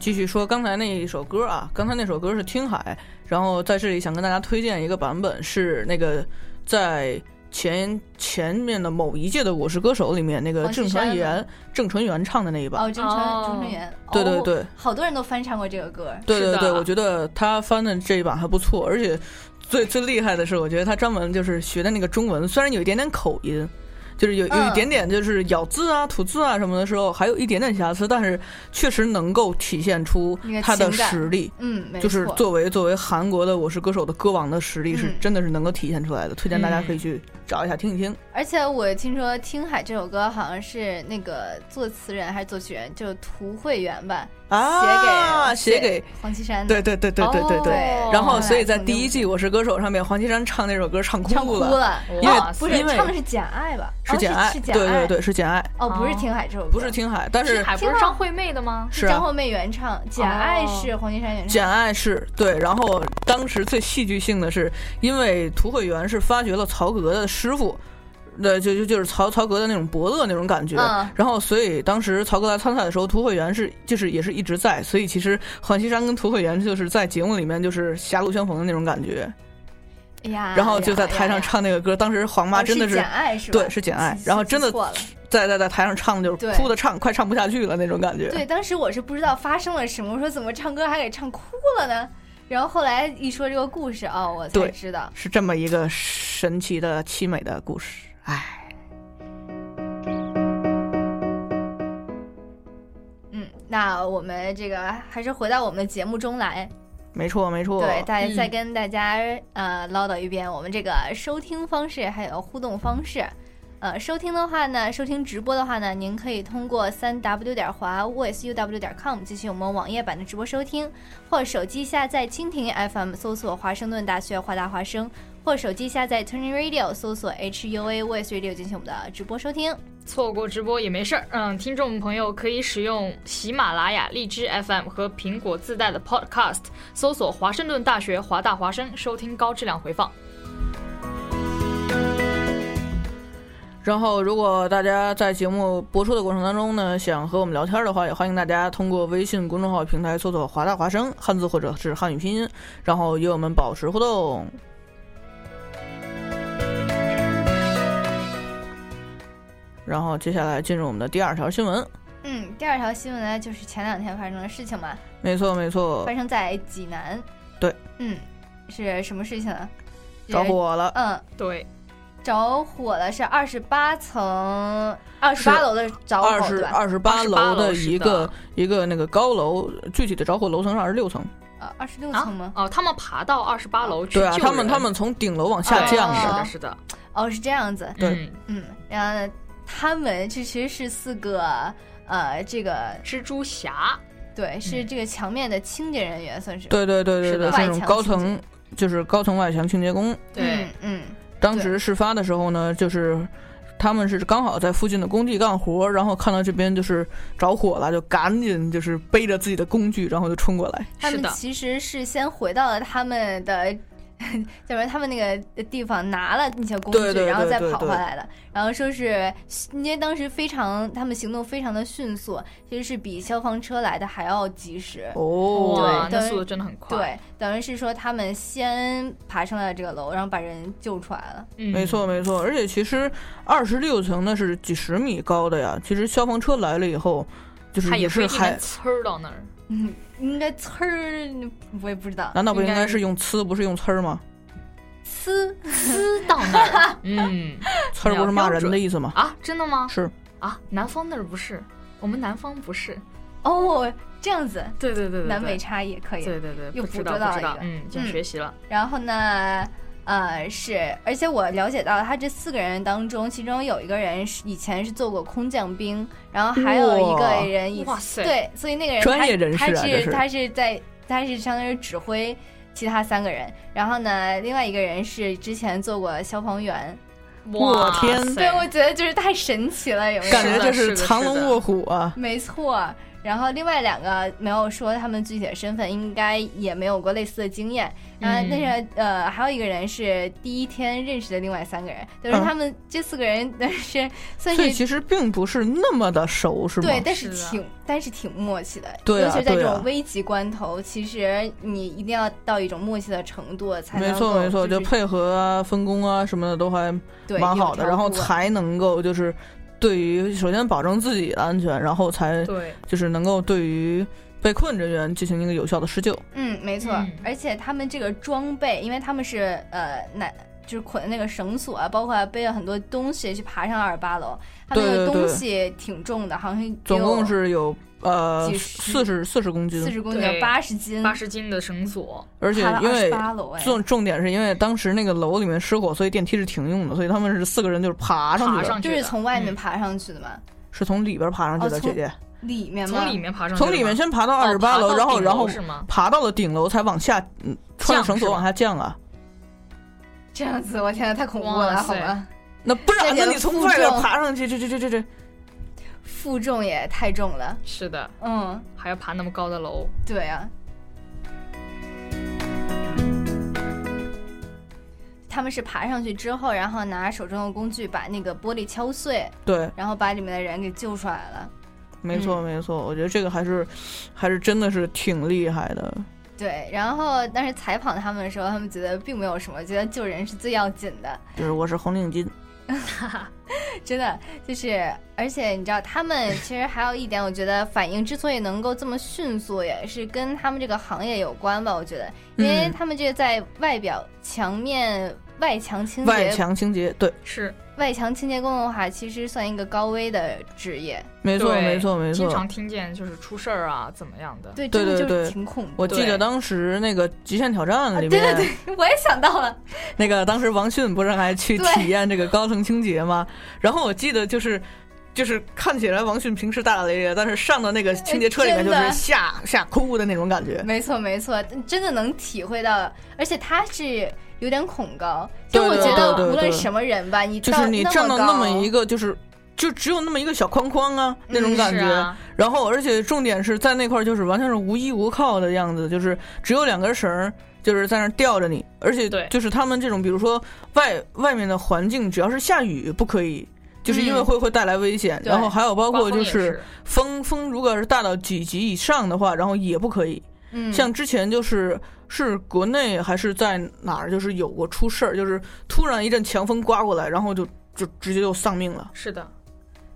S5: 继续说刚才那一首歌啊，刚才那首歌是《听海》，然后在这里想跟大家推荐一个版本，是那个在前前面的某一届的《我是歌手》里面那个
S7: 黄绮
S5: 郑
S7: 珊
S5: 传
S7: 吗
S5: 元郑传元唱的那一版。
S7: 哦，郑川
S3: 哦
S7: 郑成元，
S5: 对对
S7: 哦
S5: 对
S7: 好多人都翻唱过这个歌。
S5: 对
S3: 是
S5: 对
S3: 的
S5: 对，我觉得他翻的这一版还不错，而且最最厉害的是，我觉得他专门就是学的那个中文，虽然有一点点口音，就是有有一
S7: 嗯
S5: 点点就是咬字啊、吐字啊什么的时候，还有一点点瑕疵，但是确实能够体现出
S7: 那个
S5: 他的
S7: 情感
S5: 实力。
S7: 嗯，没
S5: 就是
S7: 错
S5: 作为作为韩国的《我是歌手》的歌王的实力是
S7: 嗯
S5: 真的是能够体现出来的，推荐大家可以
S3: 嗯
S5: 去找一下听一听。
S7: 而且我听说《听海》这首歌好像是那个作词人还是作曲人，就是涂慧源吧，
S5: 啊
S7: 写
S5: 写给
S7: 给哦黄绮珊的。
S5: 对对对对对对对。
S7: 对
S5: 然后，所以在
S7: 后来
S5: 第一季《我是歌手》上面，黄绮珊唱那首歌唱
S7: 唱
S5: 哭
S7: 哭
S5: 了，
S7: 了，
S5: 因为
S7: 不是
S5: 因为
S7: 唱的是《简爱》吧？
S5: 是
S7: 哦
S5: 简爱，
S7: 是
S5: 对
S7: 简
S5: 对
S7: 爱，
S5: 对，是简爱。
S7: 哦，不是
S3: 哦
S7: 《听海》这首歌，
S5: 不是听海，但是
S3: 海不是张惠妹的吗？
S5: 是
S7: 是张
S5: 啊，
S7: 惠妹原唱，《简爱》
S3: 哦
S7: 是黄绮珊原唱。
S5: 简爱是啊对。然后当时最戏剧性的是，因为涂慧源是发掘了曹格的师傅。对，就就就是曹曹格的那种伯乐那种感觉，
S7: 嗯
S5: 然后所以当时曹格来参赛的时候，涂慧源是就是也是一直在，所以其实黄绮珊跟涂慧源就是在节目里面就是狭路相逢的那种感觉，
S7: 哎呀，
S5: 然后就在
S7: 呀
S5: 台上，唱那个歌，当时黄
S7: 呀呀
S5: 妈
S7: 哦
S5: 真的
S7: 是
S5: 是
S7: 简爱是吧？
S5: 对是简爱
S7: 记
S5: 然后真的
S7: 记错了。
S5: 在在在台上唱就是
S7: 对
S5: 哭的唱，快唱不下去了那种感觉，
S7: 对，当时我是不知道发生了什么，我说怎么唱歌还给唱哭了呢？然后后来一说这个故事，哦，我才
S5: 对
S7: 知道。
S5: 是这么一个神奇的凄美的故事，唉。
S7: 嗯，那我们这个还是回到我们的节目中来。
S5: 没错，没错，
S7: 对，大家
S3: 嗯
S7: 再跟大家、呃唠叨一遍我们这个收听方式还有互动方式。呃，收听的话呢，收听直播的话呢，您可以通过三 w 点华 voiceuw 点 com 进行我们网页版的直播收听，或手机下载蜻蜓 FM 搜索华盛顿大学华大华声，或手机下载 Turning Radio 搜索 HUA Voice Radio 进行我们的直播收听。
S3: 错过直播也没事儿，嗯，听众朋友可以使用喜马拉雅、荔枝 FM 和苹果自带的 Podcast，搜索华盛顿大学华大华声，收听高质量回放。
S5: 然后，如果大家在节目播出的过程当中呢，想和我们聊天的话，也欢迎大家通过微信公众号平台搜索“华大华生”汉字或者是汉语拼音，然后与我们保持互动。然后接下来进入我们的第二条新闻。
S7: 嗯，第二条新闻呢，就是前两天发生的事情嘛，
S5: 没错，没错
S7: 发，生在济南。
S5: 对，
S7: 嗯，是什么事情啊呢？
S5: 着火了
S7: 嗯，
S3: 对，
S7: 着火了，是二十八层、二十八楼的着火，
S5: 二十
S7: 对吧
S5: 二十八楼的一
S7: 28
S5: 个一个那个高楼，具体的着火楼层是二十六层。
S7: 啊，二十六层吗？
S3: 哦，他们爬到二十八楼去
S5: 对啊，
S3: 救
S5: 他们
S3: 人
S5: 他们从顶楼往下
S7: 哦
S5: 降
S7: 是
S3: 啊
S5: 的，
S3: 是的，
S7: 哦，是这样子。
S5: 对，
S7: 嗯，然后呢，他们这其实是四个呃，这个
S3: 蜘蛛侠，
S7: 对，是这个墙面的清洁人员，算是
S5: 嗯对对对对对，
S7: 外
S5: 这种
S7: 墙
S5: 高
S7: 清洁
S5: 层就是高层外墙清洁工。
S3: 对，
S7: 嗯，
S5: 当时事发的时候呢，就是他们是刚好在附近的工地干活，然后看到这边就是着火了，就赶紧就是背着自己的工具，然后就冲过来。
S7: 他们其实是先回到了他们的。 *laughs* 叫什么？他们那个地方拿了那些工具，
S5: 对对
S7: 然后
S5: 对
S7: 再
S5: 对
S7: 跑回
S5: 对
S7: 来的。然后说是因为当时非常，他们行动非常的迅速，其实是比消防车来的还要及时。
S5: 哦
S7: 对
S3: 哇，那
S7: 等于
S3: 速度真的很快，
S7: 对，等于是说他们先爬上了这个楼，然后把人救出来了。
S3: 嗯
S5: 没错，没错，而且其实二十六层那是几十米高的呀。其实消防车来了以后，就是
S3: 他也不
S5: 是
S3: 一定能
S5: 还，
S3: 呲儿到那儿，
S7: 嗯，应该呲儿，我也不知道。
S5: 难道不应该是
S7: 用
S5: 用呲，不是用呲儿吗？
S7: 呲
S3: 呲到那 *laughs* 儿？嗯
S5: 呲儿不是骂人的意思吗？
S3: 啊，真的吗？
S5: 是，
S3: 啊，南方那儿不是，我们南方不是，
S7: 哦，这样子，
S3: 对对对对，
S7: 南北
S3: 对
S7: 差异可以。
S3: 对对对，
S7: 又
S3: 不
S7: 捕
S3: 知
S7: 捉
S3: 道
S7: 到
S3: 不知
S7: 一
S3: 道
S7: 个，
S3: 嗯，就学习了，
S7: 然后呢，呃，是，而且我了解到，他这四个人当中，其中有一个人是以前是做过空降兵，然后还有一
S5: 哇
S7: 个人以
S3: 哇塞
S7: 对，所以那个人
S5: 专
S7: 他
S5: 业人士啊
S7: 他
S5: 这是
S7: 他是在他是相当于指挥其他三个人，然后呢，另外一个人是之前做过消防员，
S5: 我天
S3: 塞
S7: 对，我觉得就是太神奇了，有没有？
S5: 感觉就是
S3: 的是的
S5: 藏
S3: 是
S5: 龙
S3: 的
S5: 卧虎啊！
S7: 没错。然后另外两个没有说他们具体的身份，应该也没有过类似的经验。啊、
S3: 嗯
S7: 但是呃，还有一个人是第一天认识的另外三个人，等于
S5: 嗯
S7: 他们这四个人，
S5: *laughs*
S7: 但是算
S5: 所以
S7: 是
S5: 其实并不是那么的熟，是吗？
S7: 对，但是
S3: 是的
S7: 挺但是挺默契的，
S5: 对啊
S7: 尤其是在这
S5: 对啊
S7: 种危急关头，其实你一定要到一种默契的程度才能
S5: 没错
S7: 够
S5: 没错，
S7: 就
S5: 就是配合啊、分工啊什么的都还
S7: 对
S5: 蛮
S7: 有
S5: 好的，
S7: 条
S5: 然后
S7: 不紊
S5: 才能够就是对于首先保证自己的安全，然后才
S3: 对，
S5: 就是能够对于被困人员进行一个有效的施救。
S7: 嗯，没错，
S3: 嗯
S7: 而且他们这个装备，因为他们是呃男。就是捆的那个绳索啊，包括背了很多东西去爬上二十八楼，他们那
S5: 对
S7: 个
S5: 对对
S7: 东西挺重的，好像有
S5: 总共是有呃
S7: 几十
S5: 四十四十公斤
S7: 四，十公斤
S3: 对，
S7: 八十
S5: 嗯
S7: 斤，
S3: 八十斤的绳索，
S5: 而且
S7: 爬了
S5: 因为
S7: 28楼哎
S5: 重重点是因为当时那个楼里面失火，所以电梯是停用的，所以他们是四个人就是爬上去
S3: 爬
S5: 的，
S3: 上去
S7: 就
S3: 的
S7: 是从外面
S3: 嗯
S7: 爬上去的嘛，
S5: 是从里边爬上去的，姐
S7: 哦从
S5: 姐
S7: 里面吗？
S3: 从里面爬上去的吗，
S5: 从里面先爬到
S3: 哦
S5: 二十八
S3: 爬
S5: 楼，
S3: 到
S5: 然后
S3: 顶
S5: 然
S3: 楼
S5: 后
S3: 是吗
S5: 爬到了顶楼才往下，嗯，穿着
S3: 降
S5: 绳索
S3: 是
S5: 往
S3: 吧
S5: 下降啊。
S7: 这样子，我天呐，太恐怖了，
S3: 哇
S7: 好
S3: 塞
S7: 吧？
S5: 那不然
S7: 这
S5: 呢？
S7: 个
S5: 你从
S7: 负
S5: 外边
S7: 重
S5: 爬上去，这这这这这，
S7: 负重也太重了，
S3: 是的，
S7: 嗯，
S3: 还要爬那么高的楼，
S7: 对啊。他们是爬上去之后，然后拿手中的工具把那个玻璃敲碎，
S5: 对，
S7: 然后把里面的人给救出来了。
S5: 没错
S3: 嗯
S5: 没错，我觉得这个还是还是真的是挺厉害的。
S7: 对，然后当时采访他们的时候，他们觉得并没有什么，觉得救人是最要紧的。 *laughs*
S5: 就是我是红领巾，
S7: 真的就是，而且你知道，他们其实还有一点，我觉得反应之所以能够这么迅速，也是跟他们这个行业有关吧。我觉得，因为
S5: 嗯
S7: 他们这个在外表墙面外墙清洁、
S5: 外墙清洁，对，
S3: 是
S7: 外墙清洁工的话，其实算一个高危的职业。
S5: 没错
S3: 对
S5: 没错没
S3: 经常
S5: 错。
S3: 听见就是出事儿啊，怎么样的，
S7: 对，
S5: 对
S7: 真的
S5: 对
S7: 就是
S5: 对
S7: 挺恐怖的。
S5: 我记得当时那个《极限挑
S3: 啊
S5: 战》里
S7: 对对
S5: 面，
S7: 对， *laughs* 我也想到了，
S5: 那个当时王迅不是还去
S7: 对
S5: 体验这个高层清洁吗？然后我记得就是。就是看起来王迅平时大大咧咧，但是上到那个清洁车里面就
S7: 真
S5: 是
S7: 的
S5: 吓吓哭的那种感觉。
S7: 没错没错，真的能体会到，而且他是有点恐高，
S5: 对
S7: 就我
S5: 对
S7: 觉
S5: 对
S7: 得
S5: 对
S7: 无论
S5: 对
S7: 什么人吧，你
S5: 就是你站到那
S7: 那
S5: 么一
S7: 个
S5: 个，就是就只有那么一个小框框啊那种感觉。
S3: 是啊
S5: 然后，而且重点是在那块儿，就是完全是无依无靠的样子，就是只有两根绳儿，就是在那儿吊着你。而且
S3: 对
S5: 就是他们这种，比如说外外面的环境，只要是下雨不可以，就是因为会会带来危险。
S3: 嗯对
S5: 然后还有包括就
S3: 刮风也是
S5: 风风如果是大到几级以上的话，然后也不可以。
S3: 嗯
S5: 像之前就是是国内还是在哪儿，就是有过出事儿，就是突然一阵强风刮过来，然后就就直接就丧命了。
S3: 是的，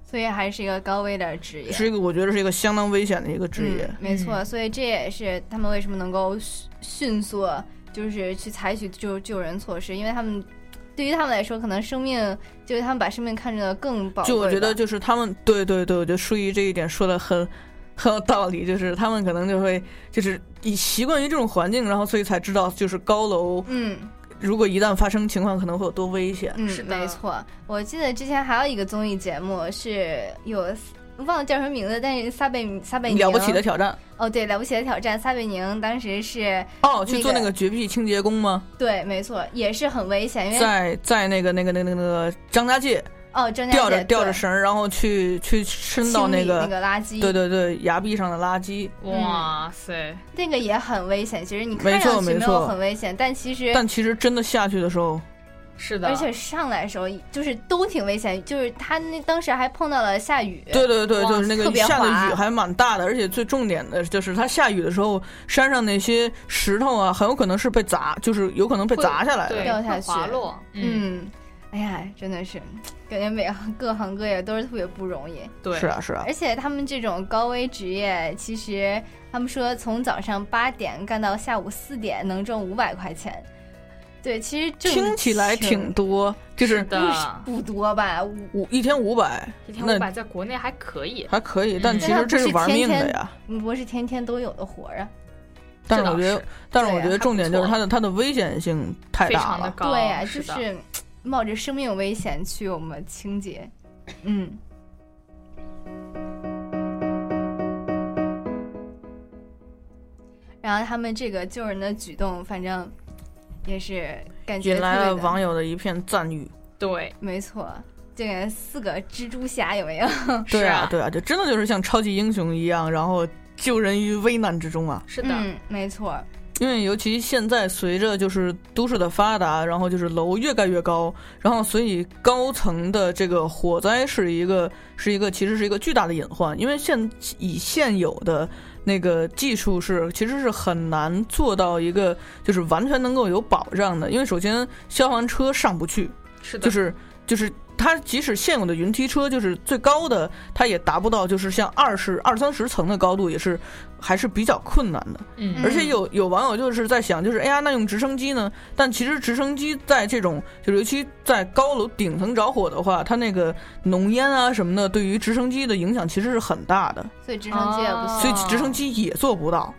S7: 所以还是一个高危的职业。
S5: 是一个我觉得是一个相当危险的一个职业
S7: 嗯。没错，所以这也是他们为什么能够迅迅速就是去采取救救人措施，因为他们对于他们来说，可能生命就是他们把生命看着更宝贵吧。
S5: 就我觉得就是他们，对对对，我觉得舒怡这一点说的很很有道理，就是他们可能就会就是以习惯于这种环境，然后所以才知道就是高楼，
S7: 嗯，
S5: 如果一旦发生情况，可能会有多危险。
S7: 嗯，没错。我记得之前还有一个综艺节目是有忘了叫什么名字，但是撒贝撒嗯贝宁
S5: 了不起的挑战
S7: 哦，对，了不起的挑战，撒贝宁当时是
S5: 哦，去做那个绝壁清洁工吗？
S7: 对，没错，也是很危险，因为
S5: 在在那个那个那个那个张家界。
S7: 哦，张家
S5: 吊
S7: 界
S5: 着吊
S7: 对
S5: 着绳儿，然后去去伸到
S7: 清理
S5: 个
S7: 那个垃圾
S5: 对对对，崖壁上的垃圾。
S7: 嗯
S3: 哇塞，
S7: 那个也很危险。其实你看
S5: 没错
S7: 上去
S5: 没
S7: 没有
S5: 错
S7: 很危险，但其实
S5: 但其实真的下去的时候，
S3: 是
S7: 而且上来的时候就是都挺危险，就是他那当时还碰到了下雨，
S5: 对对对，
S7: 哇
S5: 就是那个
S7: 特别
S5: 下的
S7: 滑
S5: 雨还蛮大的，而且最重点的就是它下雨的时候，山上那些石头啊，很有可能是被砸，就是有可能被砸下来的。
S7: 掉下去，
S3: 滑落
S7: 嗯哎呀，真的是感觉每行各行各业都是特别不容易。
S3: 对
S5: 是啊是啊
S7: 而且他们这种高危职业，其实他们说从早上八点干到下午四点能挣五百块钱。对，其实挣
S5: 听起来挺多，就是
S7: 不多吧？
S5: 五一天五百，
S3: 一天
S5: 那
S3: 五百在国内还可以，
S5: 还可以，但
S7: 嗯
S5: 其实这
S7: 但它不是
S5: 玩命
S7: 天
S5: 的
S7: 天
S5: 呀。，
S7: 不是天天都有的活儿啊。
S5: 但是
S7: 这
S5: 我
S7: 倒
S5: 觉得
S7: 是，
S5: 但是我
S7: 对
S5: 觉得
S7: 还
S5: 重
S7: 不
S5: 点就是
S7: 错
S5: 它的它的危险性太大了。
S7: 对呀、就是
S3: 的
S7: 是冒着生命危险去我们清洁，嗯。然后他们这个救人的举动，反正也是感觉
S5: 引来了
S7: 特别的
S5: 网友的一片赞誉。
S3: 对，
S7: 没错，就感觉四个蜘蛛侠有没有？
S5: 对啊，对啊，这真的就是像超级英雄一样，然后救人于危难之中啊。
S3: 是
S7: 嗯，没错，
S5: 因为尤其现在随着就是都市的发达，然后就是楼越盖越高，然后所以高层的这个火灾是一个是一个其实是一个巨大的隐患，因为现以现有的那个技术是其实是很难做到一个就是完全能够有保障的，因为首先消防车上不去，
S3: 是的
S5: 就是就是。它即使现有的云梯车，就是最高的，它也达不到，就是像二十二三十层的高度，也是还是比较困难的。
S3: 嗯
S5: 而且有有网友就是在想，就是哎呀，那用直升机呢？但其实直升机在这种，就是尤其在高楼顶层着火的话，它那个浓烟啊什么的，对于直升机的影响其实是很大的。
S7: 所以直升机也不行。
S5: 所以直升机也做不到。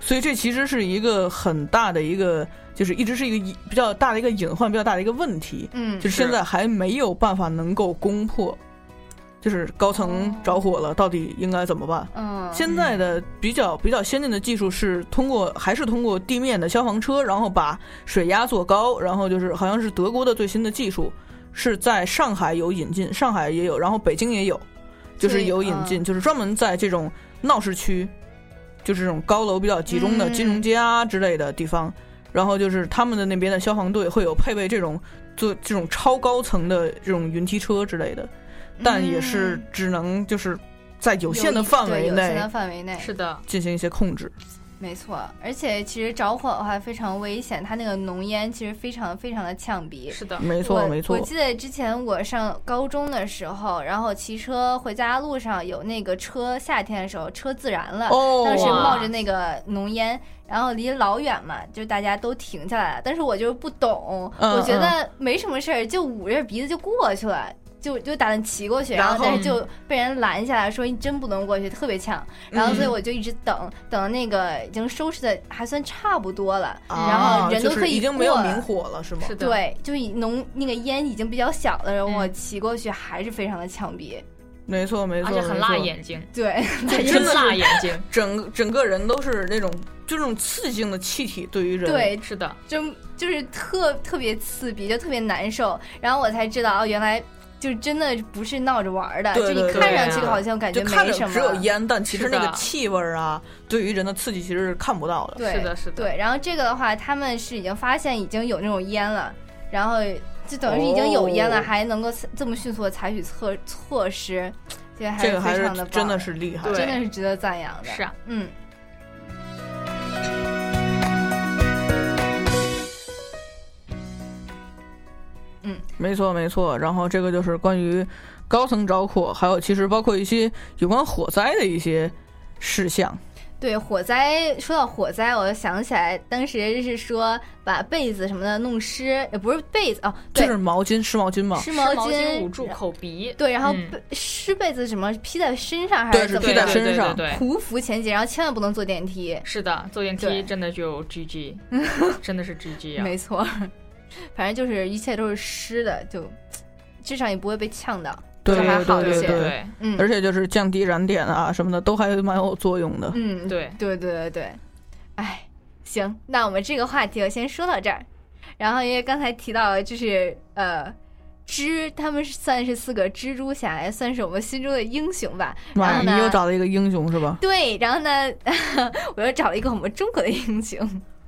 S5: 所以这其实是一个很大的一个，就是一直是一个隐比较大的一个隐患，比较大的一个问题。
S7: 嗯
S5: 就是
S7: 是
S5: 现在还没有办法能够攻破，就是高
S7: 哦
S5: 层着火了，到底应该怎么办？
S7: 嗯
S5: 现在的比较比较先进的技术是通过还是通过地面的消防车，然后把水压做高，然后就是好像是德国的最新的技术是在上海有引进，上海也有，然后北京也有，就是
S1: 对
S5: 有引进，
S1: 嗯
S5: 就是专门在这种闹市区，就是这种高楼比较集中的金融街啊之类的地方，然后就是他们的那边的消防队会有配备这种做这种超高层的这种云梯车之类的，但也是只能就是在有限的
S7: 一
S5: 范
S7: 嗯对
S5: 围
S7: 有限
S5: 内
S7: 的范围内
S3: 是的，
S5: 进行一些控制。
S7: 没错，而且其实着火的话非常危险，它那个浓烟其实非常非常的呛鼻。
S3: 是的
S5: 没错没错
S7: 我记得之前我上高中的时候，然后骑车回家路上有那个车，夏天的时候车自燃了，
S5: 哦
S7: 当时
S5: 哇
S7: 冒着那个浓烟，然后离老远嘛，就大家都停下来了，但是我就是不懂，
S5: 嗯
S7: 我觉得
S5: 嗯
S7: 没什么事儿，就捂着鼻子就过去了。就就打算骑过去，然
S5: 然
S7: 后但是
S5: 后
S7: 就被人拦下来说你真不能过去，特别呛。然后所以
S5: 嗯
S7: 我就一直等，等到那个已经收拾的还算差不多了，
S5: 啊
S7: 然后人都
S5: 就是
S7: 可以
S5: 已经没有
S7: 过
S5: 明火了是吗是的
S7: 对，就已浓那个烟已经比较小了，
S5: 嗯
S7: 然后我骑过去还是非常的呛鼻，
S5: 没错没错，
S3: 而且很
S5: 没
S3: 辣
S5: 错
S7: *laughs*
S3: 眼睛，
S7: 对，
S5: 就
S3: 真
S5: 真的
S3: 辣
S5: 是
S3: 眼睛，
S5: 整整个人都是那种就这种刺激性的气体对于人
S7: 对，
S3: 是的，
S7: 就就是特特别刺鼻，就特别难受。然后我才知道，哦，原来就真的不是闹着玩儿的，
S5: 对
S7: 就
S5: 对
S7: 你
S5: 对啊
S7: 看上去好像感觉
S5: 就看
S7: 没
S5: 着
S7: 什么，
S5: 只有烟，但其实
S7: 是的
S5: 那个气味儿啊，对于人的刺激其实是看不到的。
S7: 对，对。然后这个的话，他们是已经发现已经有那种烟了，然后就等于是已经有烟了，
S5: 哦
S7: 还能够这么迅速的采取措措施，这还
S5: 这
S7: 是
S5: 个还
S7: 非
S5: 是
S7: 常的
S5: 真的是厉害
S7: 真的是值得赞扬的。
S3: 是啊，
S7: 嗯。嗯，
S5: 没错没错。然后这个就是关于高层着火，还有其实包括一些有关火灾的一些事项。
S7: 对火灾，说到火灾，我就想起来当时是说把被子什么的弄湿，也不是被子哦，
S5: 就
S7: 对
S5: 是毛巾湿毛巾嘛，
S7: 湿
S3: 毛
S7: 毛巾
S3: 捂住口鼻，
S7: 对，然后
S3: 嗯
S7: 被湿被子什么披在身上还
S5: 对
S7: 是
S5: 是
S7: 怎么
S5: 披在
S7: 样
S5: 身上
S3: 对对对
S7: 匍匐前进，然后千万不能坐电梯。
S3: 是的，坐电梯
S7: 对
S3: 真的就
S5: *laughs*
S3: GG，真的是 GG 啊！
S7: 没错，反正就是一切都是湿的，就至少也不会被呛到，
S5: 对
S7: 就还
S5: 对
S7: 好一
S5: 对
S7: 些。
S5: 对，
S7: 嗯，
S5: 而且就是降低燃点啊什么的，都还蛮有作用的。
S7: 嗯，
S3: 对，
S7: 对对对对，哎，行，那我们这个话题就先说到这儿。然后因为刚才提到就是呃，蜘他们是算是四个蜘蛛侠，也算是我们心中的英雄吧。
S5: 妈，
S7: 然后
S5: 你又
S7: 呢，
S5: 找了一个英雄是吧？
S7: 对，然后呢， *laughs* 我又找了一个我们中国的英雄，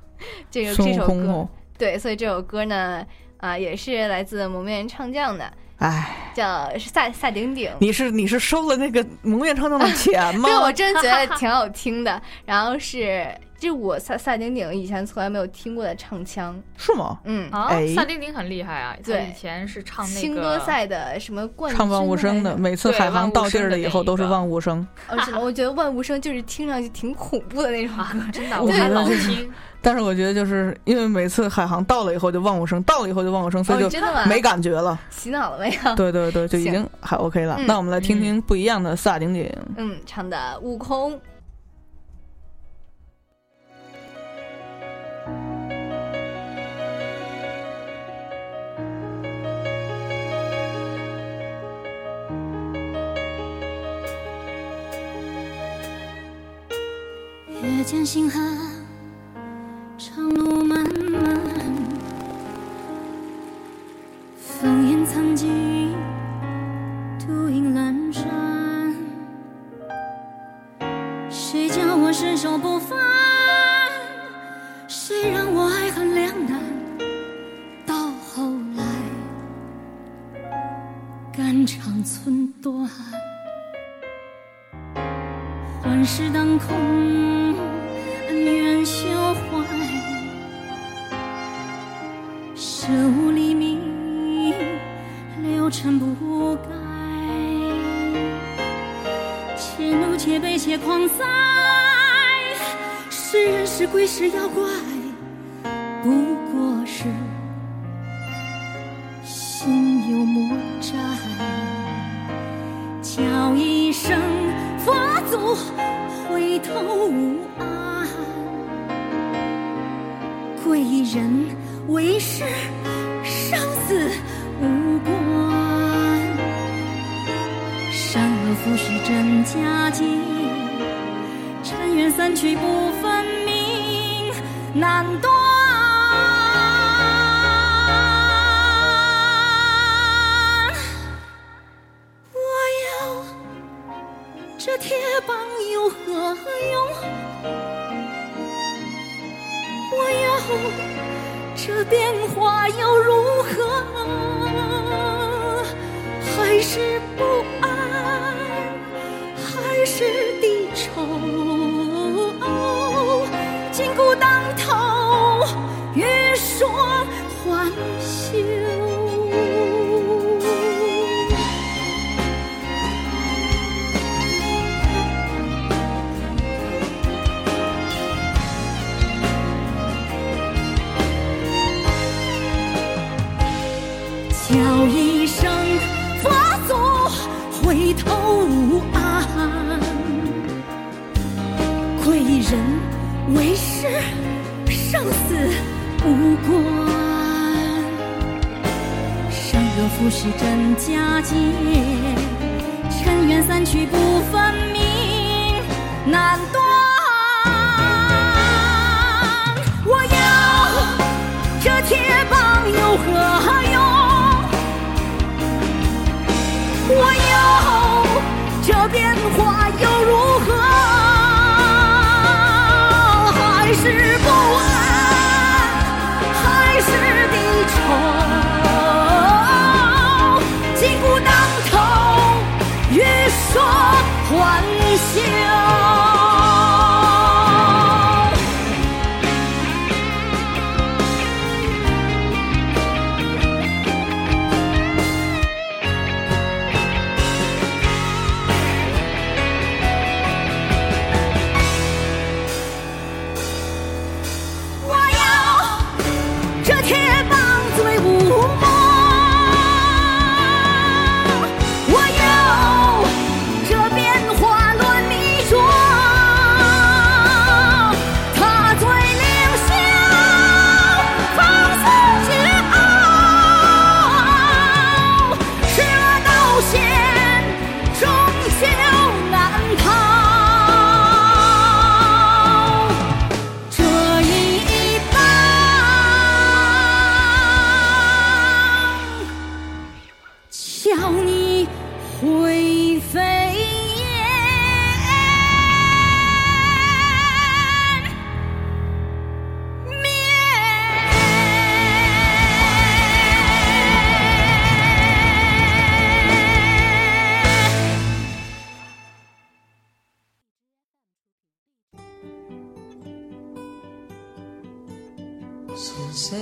S7: *laughs* 这个
S5: 孙
S7: 这
S5: 悟
S7: 首
S5: 空
S7: 歌
S5: 哦，，
S7: 对，所以这首歌呢，啊、也是来自蒙面人唱将的，
S5: 哎，
S7: 叫是萨萨顶顶。
S5: 你是你是收了那个蒙面超将的钱吗？
S7: 对，我真觉得挺好听的。 *laughs* 然后是，这我萨萨顶顶以前从来没有听过的唱腔，
S5: 是吗？
S7: 嗯，
S3: 啊
S5: 哎，
S3: 萨顶顶很厉害啊！他
S7: 对
S3: 以前是唱那个
S7: 青歌赛的什么冠军
S5: 唱万物生的，
S7: 还是
S5: 每次
S3: 对
S5: 海
S3: 万
S5: 航
S3: 物
S5: 到地
S3: 生
S5: 儿
S3: 的
S5: 了以
S3: 那
S5: 后
S3: 一
S5: 都是
S3: 个
S5: 万物生，
S7: 呃什么？我觉得万物生就是听上去挺恐怖的那种歌，
S3: 啊 *laughs* 真的，
S5: 我
S3: 我
S5: 觉
S3: 还
S5: 得
S3: 老
S5: 这
S3: 听，
S5: 但是我觉得就是因为每次海航到了以后就万物生，到了以后就万物生， *laughs* 所以
S7: 哦
S5: 就
S7: 真的吗
S5: 没感觉了。
S7: 洗脑了没有？
S5: 对对对，就已
S7: 行
S5: 经还 OK 了。
S7: 嗯
S5: 那我们来听听不一样的萨顶顶。
S7: 嗯，唱的悟空。
S9: 夜间星河，长路漫漫，烽烟残尽，独影阑珊。谁叫我身手不凡？谁让我爱恨两难？到后来，肝肠寸断。幻世当空，恩怨休怀。舍无黎明，六尘不改。且怒且悲且狂哉，是人是鬼是妖怪，不过是心有魔债。叫一声佛祖，回头无岸。贵人为师，生死无关。善恶浮世真假界，尘缘散去不分明，难断。我有这铁棒有何用？我有这变化又如何？还是不安，还是低愁。金箍当头，欲说还休。叫一声佛祖，回头无岸。贵人为师，生死无关。善恶浮世真假界，尘缘散去不分明，难断。我要这铁棒有何用？我有这变化又如何？还是不安，还是低愁。灰飞烟灭。
S12: 是谁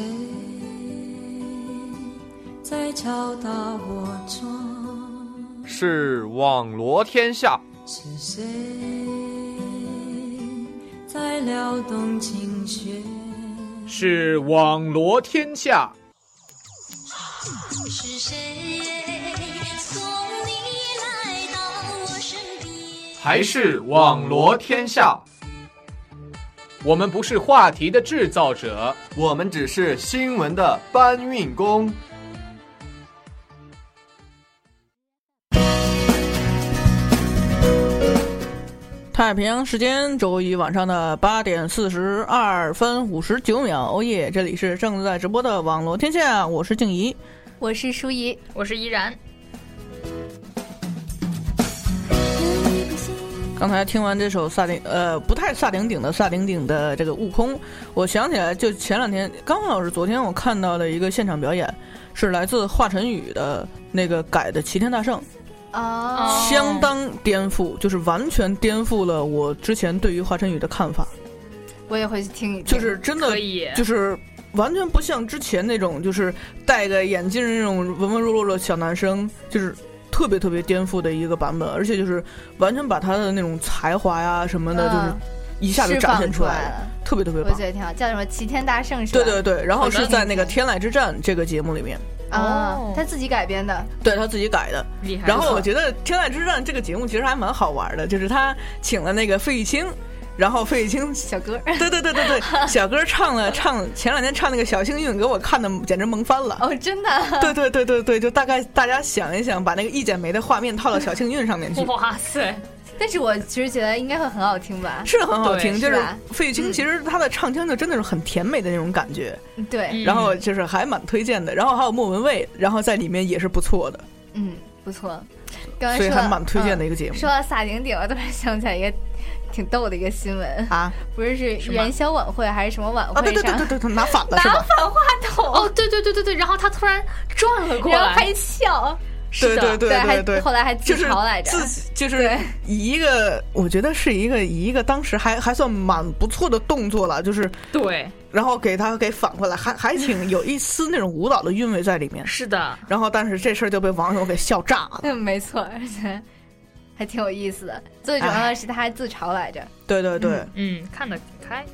S12: 在敲打我窗？
S14: 是网罗天下，
S12: 是谁在撩动琴弦？
S16: 是网罗天下。
S9: 是谁送你来到我身边？
S16: 还是网罗天下。我们不是话题的制造者，
S14: 我们只是新闻的搬运工。
S5: 太平洋时间周一晚上的八点四十二分五十九秒，哦耶！这里是正在直播的网络天下，我是静怡。
S7: 我是舒怡，
S3: 我是依然。
S5: 刚才听完这首萨顶呃不太萨顶顶的萨顶顶的这个悟空，我想起来，就前两天刚好是昨天我看到的一个现场表演，是来自华晨宇的那个改的《齐天大圣》。
S7: 哦，
S5: 相当颠覆，就是完全颠覆了我之前对于华晨宇的看法，
S7: 我也会去听一听。
S5: 就是真的
S3: 可以，
S5: 就是完全不像之前那种，就是戴个眼镜那种文文弱弱的小男生，就是特别特别颠覆的一个版本，而且就是完全把他的那种才华呀什么的，
S7: 嗯
S5: 就是一下就展现出来
S7: 释放出来了
S5: 特别特别
S7: 我
S5: 棒
S7: 觉。得挺好，叫什么齐天大圣是吧？
S5: 对对对，然后是在那个《
S7: 我
S5: 天籁之战》这个节目里面，
S7: 能
S5: 哦
S7: 啊，他自己改编的，
S5: 对他自己改的。
S3: 厉害。，
S5: 然后我觉得《天籁之战》这个节目其实还蛮好玩的，就是他请了那个费玉清，然后费玉
S7: *laughs*
S5: 清
S7: 小哥，
S5: *laughs* 对对对对对，小哥唱了唱，前两天唱那个《小幸运》，给我看的简直萌翻了。
S7: 哦，真的，
S5: 对对对对对，就大概大家想一想，把那个一剪梅的画面套到《小幸运》上面
S7: *laughs*
S5: 去
S3: *laughs* 哇塞，
S7: 但是我其实觉得应该会很好听吧？
S5: 是很好听。
S7: 对
S5: 就是是
S7: 吧嗯
S5: 费玉清，其实他的唱腔就真的是很甜美的那种感觉，
S3: 嗯
S7: 对，
S5: 然后就是还蛮推荐的。然后还有莫文蔚，然后在里面也是不错的，
S7: 嗯，不错。刚才
S5: 所以
S7: 说到
S5: 还蛮推荐的一个节目
S7: 嗯说到萨顶顶，我突然想起来一个挺逗的一个新
S5: *laughs*
S7: 闻
S5: 啊，
S7: 不是是
S3: 什么
S7: 元宵晚会还是什么晚会
S5: 啊！
S7: 上，
S5: 对对对对对对，拿反了
S7: 拿
S5: 是吧？
S7: 反话筒，
S3: 哦，对对对对对，然后他突然转了过
S7: 然后
S3: 来，
S7: 还笑，
S5: 对
S7: 是的
S5: 对对
S7: 还
S5: 对，
S7: 后来还自
S5: 就是
S7: 嘲来着，
S5: 自己就是
S7: 对
S5: 以一个，我觉得是一个以一个当时还还算蛮不错的动作了，就是
S3: 对，
S5: 然后给他给反过来，还还挺有一丝那种舞蹈的韵味在里面。
S3: 是的，
S5: 然后，但是这事儿就被网友给笑炸了。
S7: 嗯， *laughs* 没错，而且还挺有意思的。最主要
S5: 哎
S7: 的是他还自嘲来着，
S5: 对对对，
S3: 嗯，看得开。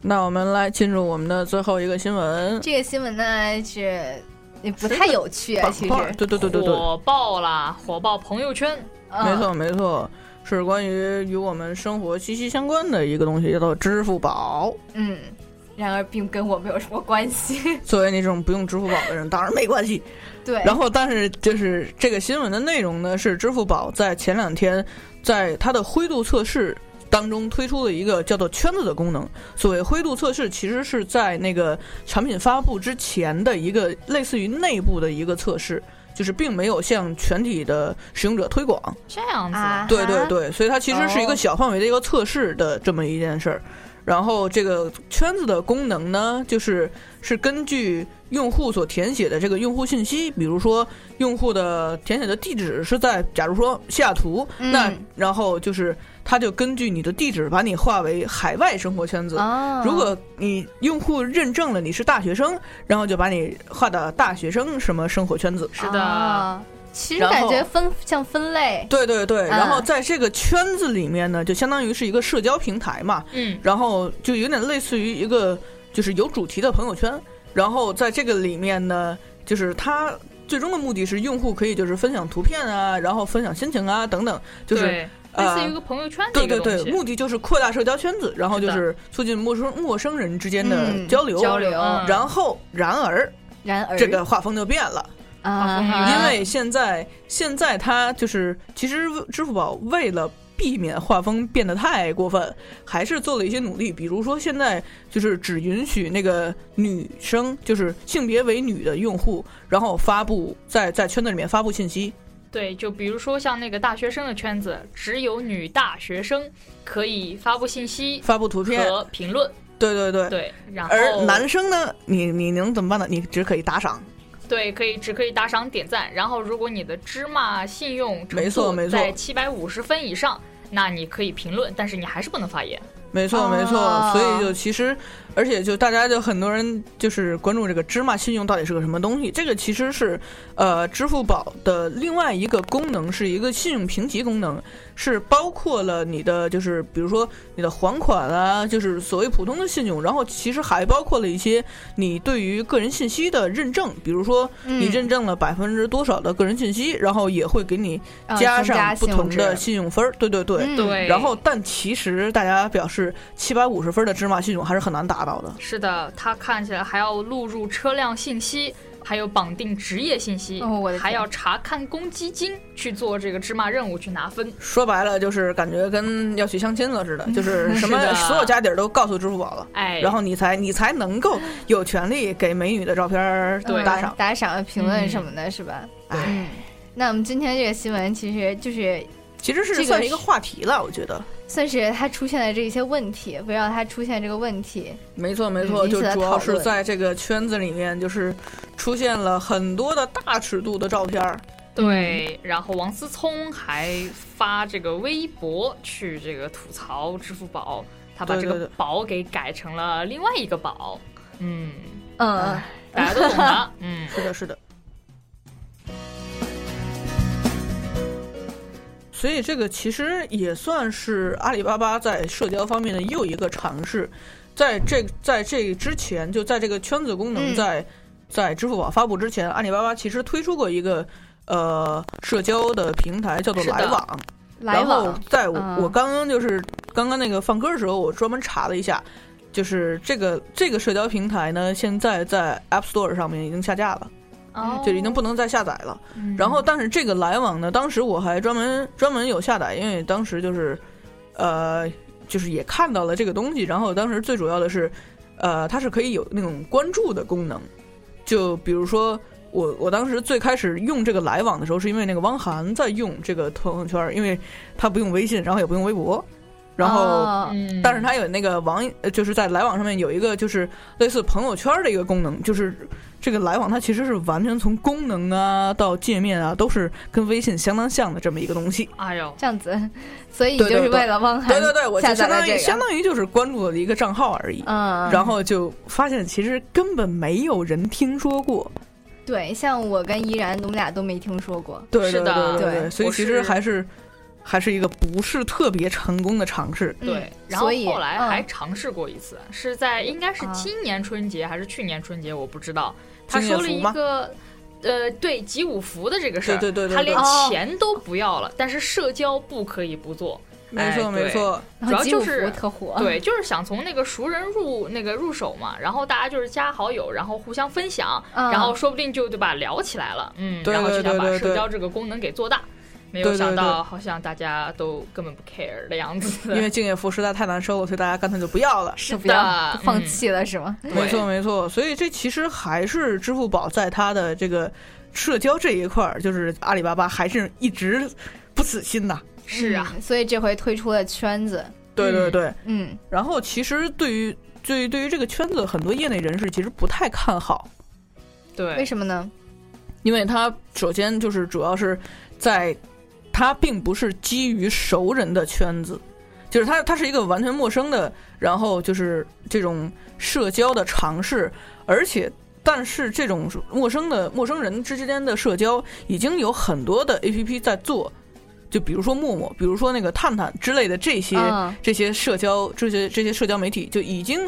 S5: 那我们来进入我们的最后一个新闻。
S7: 这个新闻呢是也不太有趣啊，
S5: 板
S7: 其实
S5: 块，对对对对对，
S3: 火爆啦，火爆朋友圈，
S7: 嗯
S5: 没错没错，是关于与我们生活息息相关的一个东西，叫做支付宝。
S7: 嗯，然而并跟我没有什么
S5: *laughs*
S7: 关系，
S5: 作为那种不用支付宝的人，当然没关系。
S7: 对，
S5: 然后，但是就是这个新闻的内容呢，是支付宝在前两天在它的灰度测试当中推出了一个叫做“圈子”的功能。所谓灰度测试，其实是在那个产品发布之前的一个类似于内部的一个测试。就是并没有向全体的使用者推广，
S3: 这样子
S5: *laughs*
S7: 啊，
S5: 对对，对，所以它其实是一
S7: 哦
S5: 个小范围的一个测试的这么一件事儿。然后这个圈子的功能呢，就是是根据用户所填写的这个用户信息，比如说用户的填写的地址是在，假如说西雅图，
S7: 嗯
S5: 那然后就是它就根据你的地址把你划为海外生活圈子。
S7: 哦，
S5: 如果你用户认证了你是大学生，然后就把你划到大学生什么生活圈子。啊
S3: 是的，
S7: 哦，其实
S5: 然后
S7: 感觉分像分类，
S5: 对对对，
S7: 嗯
S3: 哎
S5: 然后在这个圈子里面呢，就相当于是一个社交平台嘛，
S3: 嗯，
S5: 然后就有点类似于一个就是有主题的朋友圈，然后在这个里面呢，就是它最终的目的是用户可以就是分享图片啊，然后分享心情啊等等，就是
S3: 对类
S5: 呃
S3: 似于一个朋友圈的
S5: 对
S3: 一个
S5: 对
S3: 东
S5: 对，
S3: 西，
S5: 目的就是扩大社交圈子，然后就是是促进陌生陌生人之间的
S7: 嗯
S5: 交流。
S7: 交流
S3: 嗯哎
S5: 然后，然而
S7: 然而
S5: 这个哦画风就变了。
S7: 啊，
S5: 因为现在现在它就是，其实支付宝为了避免画风变得太过分，还是做了一些努力。比如说，现在就是只允许那个女生，就是性别为女的用户，然后发布在在圈子里面发布信息。
S3: 对，就比如说像那个大学生的圈子，只有女大学生可以发布信息、
S5: 发布图片
S3: 和评论。
S5: 对对对
S3: 对，然后
S5: 而男生呢，你你能怎么办呢？你只可以打赏。
S3: 对，可以只可以打赏点赞。然后，如果你的芝麻信用
S5: 没
S3: 程
S5: 错
S3: 度
S5: 没错
S3: 在七百五十分以上，那你可以评论，但是你还是不能发言。
S5: 没
S7: 哦
S5: 错，没错，
S3: 啊
S5: 所以就其实，呃而且就大家就很多人就是关注这个芝麻信用到底是个什么东西。这个其实是，呃，支付宝的另外一个功能是一个信用评级功能，是包括了你的就是比如说你的还款啊，就是所谓普通的信用，然后其实还包括了一些你对于个人信息的认证，比如说
S7: 嗯
S5: 你认证了百分之多少的个人信息，然后也会给你
S7: 啊
S5: 加
S7: 增加
S5: 上不
S7: 信用
S5: 同的
S7: 值
S5: 信用分儿。对对对，
S7: 嗯对
S5: 然后但其实大家表示，七百五十分的芝麻信用还是很难达到的。
S3: 是的，它看起来还要录入车辆信息，还有绑定职业信息，
S5: 哦我的天
S3: 还要查看公积金去做这个芝麻任务去拿分。
S5: 说白了就是感觉跟要去相亲了似的，就是什么
S3: 是的
S5: 所有家底儿都告诉支付宝了，
S3: 哎
S5: 然后你才你才能够有权利给美女的照片儿
S7: 嗯
S5: 打赏。
S7: 打赏、评论什么的，是吧？嗯，那我们今天这个新闻其实就是，
S5: 其实是
S7: 这个
S5: 算是一个话题了，我觉得。
S7: 算是它出现的这些问题，围绕它出现这个问题，
S5: 没错，没错，
S7: 嗯
S5: 就
S7: 引起了
S5: 主
S7: 讨
S5: 要是
S7: 论
S5: 在这个圈子里面，就是出现了很多的大尺度的照片儿。
S3: 对，然后王思聪还发这个微博去这个吐槽支付宝，他把
S5: 对
S3: 这
S5: 对
S3: 个
S5: 对
S3: “宝”给改成了另外一个“宝”。嗯，
S7: 嗯，
S3: 大家都懂的。嗯，
S5: *laughs* 是的，是的。所以这个其实也算是阿里巴巴在社交方面的又一个尝试，在这在这之前，就在这个圈子功能
S7: 嗯
S5: 在、在支付宝发布之前，阿里巴巴其实推出过一个呃社交的平台，叫做
S7: 是的
S5: 来往。
S7: 来往
S5: 然后在我、
S7: 嗯
S5: 我刚刚就是刚刚那个放歌的时候，我专门查了一下，就是这个这个社交平台呢，现在在 App Store 上面已经下架了。
S3: *laughs* 哦
S5: 就已经不能再下载了。嗯哦
S3: 嗯
S5: 然后，但是这个来往呢，当时我还专门专门有下载，因为当时就是，呃，就是也看到了这个东西。然后当时最主要的是，呃，它是可以有那种关注的功能，就比如说。我我当时最开始用这个来往的时候，是因为那个汪涵在用这个朋友圈，因为他不用微信，然后也不用微博，然后，
S7: 哦嗯
S5: 但是它有那个网，呃就是在来往上面有一个就是类似朋友圈的一个功能，就是这个来往它其实是完全从功能啊到界面啊都是跟微信相当像的这么一个东西。
S3: 哎呦，
S7: 这样子，所以你
S5: 对
S7: 就
S5: 对
S7: 是
S5: 对
S7: 为了汪涵
S5: 对对对，我
S7: 下
S5: 就
S7: 载
S5: 相
S7: 了
S5: 当
S7: 这
S5: 于相
S7: 个，
S5: 当于就是关注了一个账号而已，
S7: 嗯，
S5: 然后就发现其实根本没有人听说过。
S7: 对，像我跟依然，我们俩都没听说过，
S5: 对对
S3: 是的
S5: 对对
S3: 对
S5: 对，所以
S3: 我
S5: 其
S3: 是
S5: 实还是还是一个不是特别成功的尝试。
S3: 对，然后
S7: 所以
S3: 后来
S7: 嗯
S3: 还尝试过一次，是在应该是
S5: 啊
S3: 今年春节还是去年春节，我不知道。他
S5: 敬业
S3: 说了
S5: 福
S3: 一
S5: 吗
S3: 个，呃，对集五福的这个事儿，
S5: 对对对对
S3: 他
S5: 对
S3: 连
S5: 哦
S3: 钱都不要了，但是社交不可以不做。
S5: 没错
S3: 哎对
S5: 没错
S3: 主要就
S7: 然后集五
S3: 是
S7: 福特火
S3: 对，就是想从那个熟人入那个入手嘛，然后大家就是加好友，然后互相分享，
S7: 嗯
S3: 然后说不定就对吧聊起来了，嗯，
S5: 对
S3: 然后
S5: 对
S3: 就想
S5: 对
S3: 把
S5: 对
S3: 社
S5: 对
S3: 交这个功能给做大。没
S5: 对对
S3: 有想
S5: 对
S3: 到，好像大家都根本不 care 的样子。
S5: 因为敬业福实在太难收了，所以大家干脆就不要了，
S3: 是
S7: 不要
S3: 的
S7: 不放
S3: 嗯
S7: 弃了是吗？
S5: 没错，没错。所以这其实还是支付宝在它的这个社交这一块儿，就是阿里巴巴还是一直不死心呐。
S3: 是啊，
S7: 嗯所以这回推出了圈子，
S5: 对对对，
S7: 嗯，
S5: 然后其实对于对于对于这个圈子，很多业内人士其实不太看好，
S3: 对，
S7: 为什么呢？
S5: 因为它首先就是主要是在它并不是基于熟人的圈子。就是它，它是一个完全陌生的，然后就是这种社交的尝试，而且但是这种陌生的陌生人之间的社交已经有很多的 A P P 在做，就比如说陌陌，比如说那个探探之类的这些、
S7: 嗯
S5: 这些社交这些这些社交媒体就已经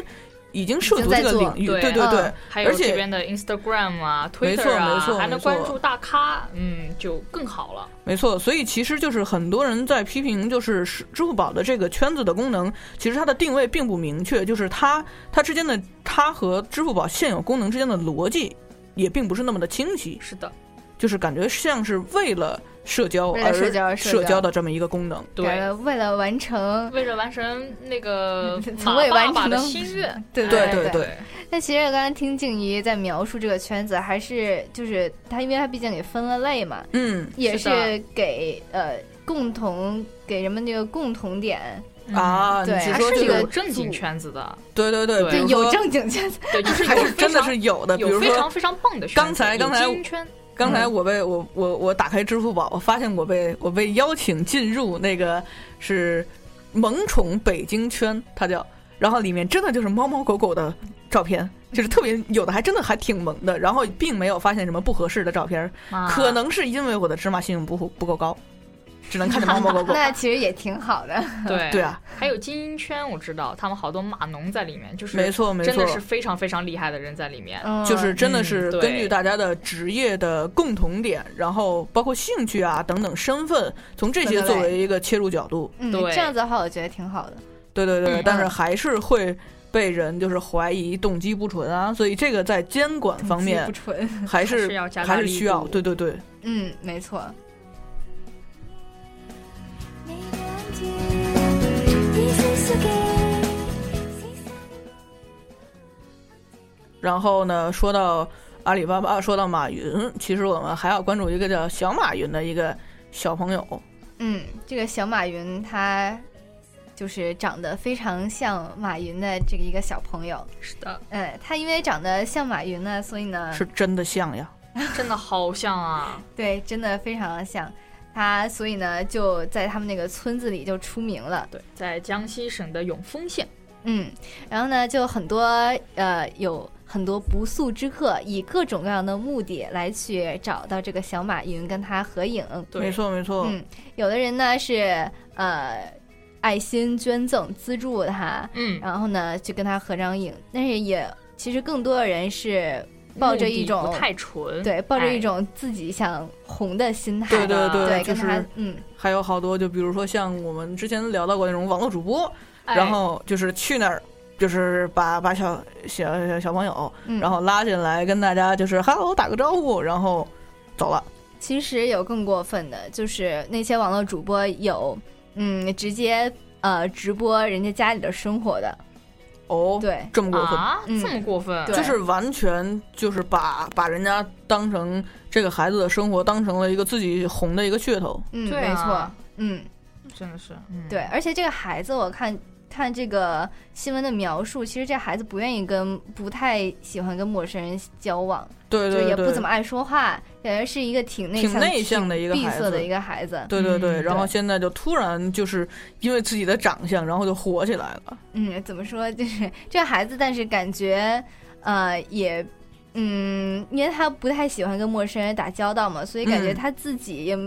S5: 已经涉足这个领域，
S3: 对嗯
S5: 对对对，
S3: 还有
S5: 而
S3: 这
S5: 且
S3: 边的 Instagram 啊、
S5: 没错
S3: Twitter 啊，
S5: 没错
S3: 还能
S5: 没错
S3: 关注大咖，嗯，就更好了。
S5: 没错，所以其实就是很多人在批评，就是是支付宝的这个圈子的功能，其实它的定位并不明确，就是它它之间的它和支付宝现有功能之间的逻辑也并不是那么的清晰。
S3: 是的，
S5: 就是感觉像是为了社交
S7: 为了
S5: 而
S7: 社交而社
S5: 社
S7: 交
S5: 交的这么一个功能。
S7: 为了为了完成，
S3: 为了完成那个
S5: 嗯
S7: 从未完
S3: 马爸爸
S7: 成
S3: 的
S7: 的
S3: 心愿，哎
S7: 对
S5: 对
S7: 对
S5: 对对。
S7: 那其实刚刚听静怡在描述这个圈子，还是就是它，因为它毕竟给分了类嘛，
S5: 嗯，
S7: 也
S5: 是
S3: 的
S7: 是给呃共同给人们这个共同点。
S3: 嗯
S5: 啊
S7: 对，
S5: 你是
S7: 还
S5: 说
S7: 是
S5: 这个
S7: 有
S3: 有正经
S7: 组
S3: 圈子的，
S5: 对对对，
S3: 对
S5: 比如
S7: 有
S5: 说
S7: 正经圈子，
S3: 对，就是
S5: 还
S3: 有
S5: 是
S3: 非
S5: 真的
S3: 常
S5: 是有的，比
S3: 有
S5: 如
S3: 非
S5: 说
S3: 常非常棒的圈子。
S5: 刚才
S3: 有
S5: 刚才
S3: 精英圈，
S5: 刚才我被我我我打开支付宝，我发现我被我被邀请进入那个是萌宠北京圈，它叫，然后里面真的就是猫猫狗狗的照片，就是特别有的还真的还挺萌的，然后并没有发现什么不合适的照片，
S7: 啊
S5: 可能是因为我的芝麻信用不不够高，只能看见猫猫狗狗。
S7: 那其实也挺好
S5: *laughs*
S7: 的。
S3: *laughs* *laughs* 对
S5: 对啊，
S3: 还有精英圈，我知道他们好多码农在里面，就是
S5: 没错没错
S3: 真的是非常非常厉害的人在里面，
S5: 就是真的是
S3: 嗯对
S5: 根据大家的职业的共同点，然后包括兴趣啊等等身份，从这些作为一个切入角度，
S7: 嗯，
S3: 对
S7: 这样子的话，我觉得挺好的。
S5: 对对对，
S7: 嗯
S5: 但是还是会被人就是怀疑动机不纯啊，所以这个在监管方面
S7: 嗯不纯，
S5: 还
S3: 还
S5: 是
S3: 是要加大
S5: 还是
S3: 力
S5: 需要，
S3: 度
S5: 对对对，
S7: 嗯，没错。
S5: 然后呢，说到阿里巴巴，说到马云，其实我们还要关注一个叫小马云的一个小朋友。
S7: 嗯，这个小马云他就是长得非常像马云的这个一个小朋友。
S3: 是的，
S7: 嗯，他因为长得像马云呢，所以呢，
S5: 是真的像呀，
S3: 真的好像啊，
S7: 对，真的非常的像他，所以呢，就在他们那个村子里就出名了。
S3: 对，在江西省的永丰县，
S7: 嗯，然后呢，就很多呃，有很多不速之客，以各种各样的目的来去找到这个小马云，跟他合影。
S3: 对
S5: 没错没错，
S7: 嗯，有的人呢是呃爱心捐赠资助他，
S3: 嗯
S7: 然后呢去跟他合张影，但是也其实更多的人是抱着一
S3: 目
S7: 种
S3: 的不太纯，
S7: 对抱着
S3: 哎
S7: 一种自己想红的心态，
S5: 对对
S7: 对，
S5: 就
S7: 跟他
S5: 是
S7: 嗯
S5: 还有好多，就比如说像我们之前聊到过那种网络主播，
S3: 哎
S5: 然后就是去那儿。就是把把小小小小朋友，
S7: 嗯
S5: 然后拉进来跟大家就是 “hello” 打个招呼，然后走了。
S7: 其实有更过分的，就是那些网络主播有，嗯，直接呃直播人家家里的生活的，
S5: 哦，
S7: 对，
S5: 这么过分，
S3: 啊，
S7: 嗯
S3: 这么过分，
S7: 对
S5: 就是完全就是把把人家当成这个孩子的生活当成了一个自己红的一个噱头。
S7: 嗯，
S3: 对
S7: 没错
S3: 啊，
S7: 嗯，
S3: 真的是，嗯，
S7: 对，而且这个孩子，我看看这个新闻的描述，其实这孩子不愿意跟，不太喜欢跟陌生人交往，
S5: 对
S7: 就
S5: 对
S7: 也
S5: 对，
S7: 不怎么爱说话，感觉是一个挺内
S5: 挺
S7: 向、
S5: 内向的一个
S7: 闭
S5: 孩
S7: 塞的
S5: 子
S7: 一个孩子，
S5: 对对对，
S3: 嗯
S5: 然后
S7: 对
S5: 现在就突然就是因为自己的长相，然后就火起来了。
S7: 嗯，怎么说？就是这个孩子，但是感觉，呃，也，嗯，因为他不太喜欢跟陌生人打交道嘛，所以感觉
S5: 嗯
S7: 他自己也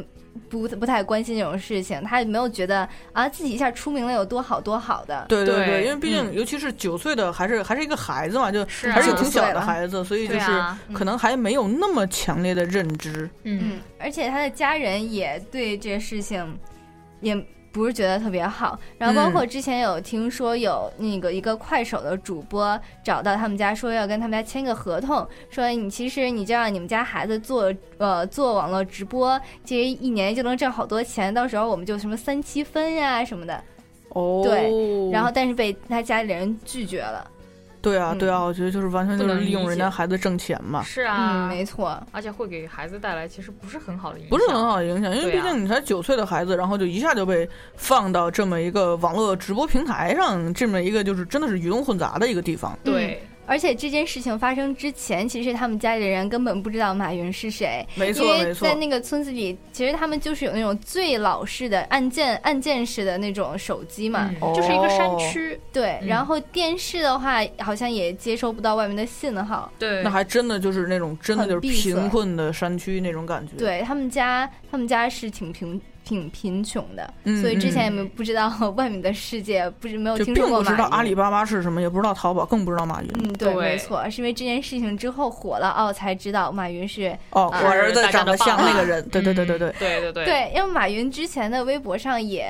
S7: 不、不太关心这种事情，他也没有觉得啊自己一下出名了有多好多好的。
S5: 对对
S3: 对
S5: 因为毕竟尤其是九岁的，还是还是一个孩子嘛，就是
S3: 啊
S5: 还是挺
S7: 嗯九岁
S5: 小的
S7: 了
S5: 孩子，所以就
S3: 对
S5: 是
S3: 啊
S5: 可能还没有那么强烈的认知。
S3: 嗯
S7: 嗯，而且他的家人也对这事情也不是觉得特别好。然后包
S3: 嗯
S7: 括之前有听说有那个一个快手的主播找到他们家说要跟他们家签个合同，说你其实你就让你们家孩子做呃做网络直播，其实一年就能挣好多钱，到时候我们就什么三七分呀、什么的。
S5: 哦，
S7: 对然后但是被他家里人拒绝了。
S5: 对啊
S7: 嗯
S5: 对啊，我觉得就是完全就
S3: 不
S5: 是
S3: 能
S5: 利用
S3: 理
S5: 人
S3: 解
S5: 家孩子挣钱嘛。
S3: 是啊，
S7: 嗯，没错。
S3: 而且会给孩子带来其实不是很好的影响，
S5: 不是很好的影响，因为
S3: 对
S5: 毕
S3: 啊
S5: 竟你才九岁的孩子，然后就一下就被放到这么一个网络直播平台上，这么一个就是真的是鱼龙混杂的一个地方。
S3: 对，
S7: 嗯而且这件事情发生之前，其实他们家里人根本不知道马云是谁，
S5: 没错
S7: 因为
S5: 没错
S7: 在那个村子里，其实他们就是有那种最老式的按键按键式的那种手机嘛，
S3: 嗯就是一个
S5: 哦
S3: 山区，
S7: 对，
S3: 嗯
S7: 然后电视的话好像也接收不到外面的信号，
S3: 对，
S5: 那还真的就是那种真的就是
S7: 很闭塞
S5: 贫困的山区那种感觉。，
S7: 对他们家他们家是挺贫挺贫穷的，
S5: 嗯
S7: 所以之前也没不知道 *laughs* 外面的世界，不是没有
S5: 就
S7: 听
S5: 并
S7: 说过
S5: 不知道
S7: 马
S5: 阿
S7: 云
S5: 里巴巴是什么，也不知道淘宝，更不知道马云。
S7: 嗯，对，
S3: 对
S7: 没错，是因为这件事情之后火了，哦，才知道马云是
S5: 哦，
S7: 啊
S5: 我儿子
S3: 大家
S5: 长
S3: 的
S5: 得像
S3: 爸
S7: 嗯
S3: 爸
S5: 那个人。对对对对对
S3: 嗯对对对
S7: 对，因为马云之前的微博上也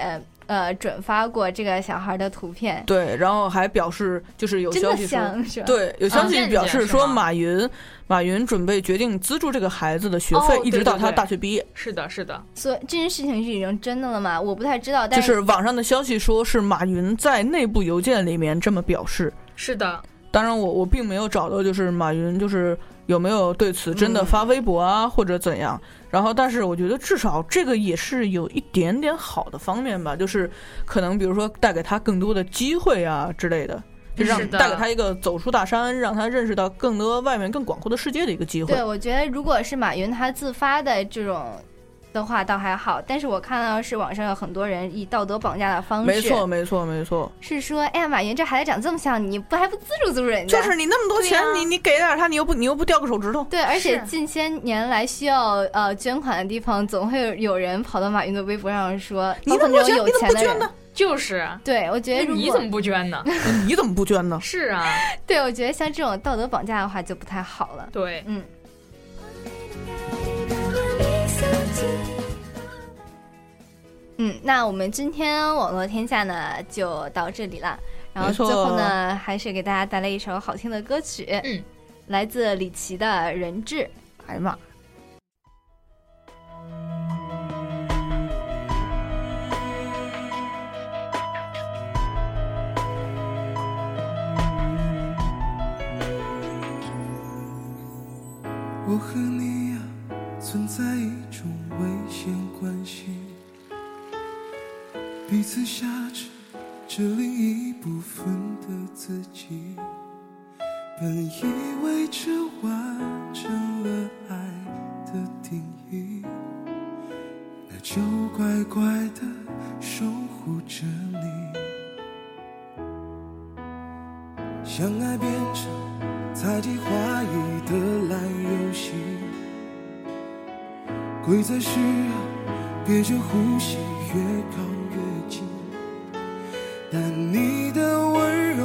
S7: 呃转发过这个小孩的图片，
S5: 对，然后还表示就是有
S7: 真
S5: 消
S7: 的
S5: 息
S7: 像是
S5: 说，
S7: 吧
S5: 对，有消
S7: 啊
S5: 息
S7: 见
S5: 表
S7: 见
S5: 示
S7: 是
S5: 说
S7: 吗
S5: 马云，马云准备决定资助这个孩子的学
S7: 哦
S5: 费，一直
S7: 对对
S5: 到他
S7: 对
S5: 大学毕业。
S3: 是的，是的，
S7: 所以这件事情是已经真的了吗？我不太知道，但
S5: 就是网上的消息说是马云在内部邮件里面这么表示。
S3: 是的，
S5: 当然我，我并没有找到就是马云就是有没有对此真的发微博啊、或者怎样。然后，但是我觉得至少这个也是有一点点好的方面吧，就是可能比如说带给他更多的机会啊之类的，就是让
S7: 的
S5: 带给他一个走出大山，让他认识到更多外面更广阔的世界的一个机会。
S7: 对，我觉得如果是马云他自发的这种的话，倒还好。但是我看到是网上有很多人以道德绑架的方式，
S5: 没错，没错，没错。
S7: 是说，哎呀，马云这孩子长这么像你，不还不资助资助人家？
S5: 就是你那么多
S7: 对
S5: 钱，
S7: 啊
S5: 你你给点儿他，你又不你又不掉个手指头。
S7: 对，而且
S5: 是
S7: 近些年来需要呃捐款的地方，总会有有人跑到马云的微博上说，
S5: 你
S7: 包
S5: 怎
S7: 括
S5: 么不
S7: 那
S5: 捐
S7: 种有
S5: 你怎么
S7: 钱
S5: 不
S7: 的
S5: 捐
S7: 人
S5: 呢。
S3: 就是，啊
S7: 对，我
S5: 哎
S7: 觉得
S3: 那
S7: 如
S3: 你
S7: 果
S3: 怎么不
S5: *laughs*
S3: 捐呢？
S5: 你怎么不捐呢？
S3: 是啊，
S7: 对，我觉得像这种道德绑架的话就不太好了。
S3: 对，
S7: 嗯。嗯，那我们今天网络天下呢就到这里了。然后
S5: 没错
S7: 最后呢，还是给大家带来一首好听的歌曲，
S3: 嗯，
S7: 来自李琦的《人质》。
S5: 哎呀妈！
S4: 我和你呀、存在一种危险关系，彼此挟持着另一部分的自己。本以为这完成了爱的定义，那就乖乖的守护着你。相爱变成猜忌怀疑的烂游戏，规则是啊，憋着呼吸越靠越近，但你的温柔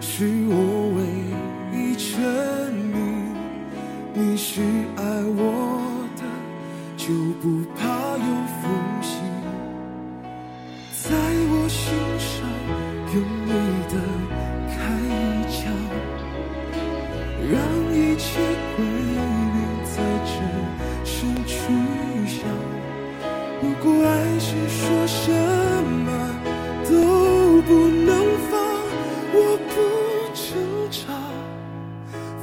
S4: 是我唯一沉迷，你是爱我的，就不怕有缝隙，在我心上用力的开一枪。让一切归零，在这声巨响。如果爱是说什么都不能放，我不挣扎，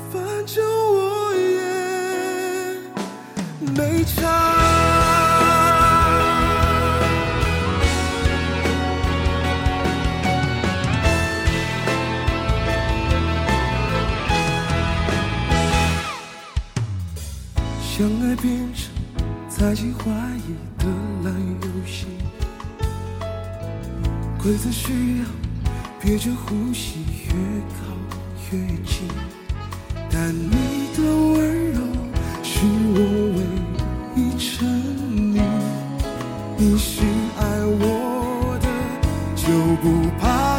S4: 反正我也没差。相爱变成猜忌怀疑的烂游戏，规则是要憋着呼吸越靠越近，但你的温柔是我唯一沉迷，你是爱我的，就不怕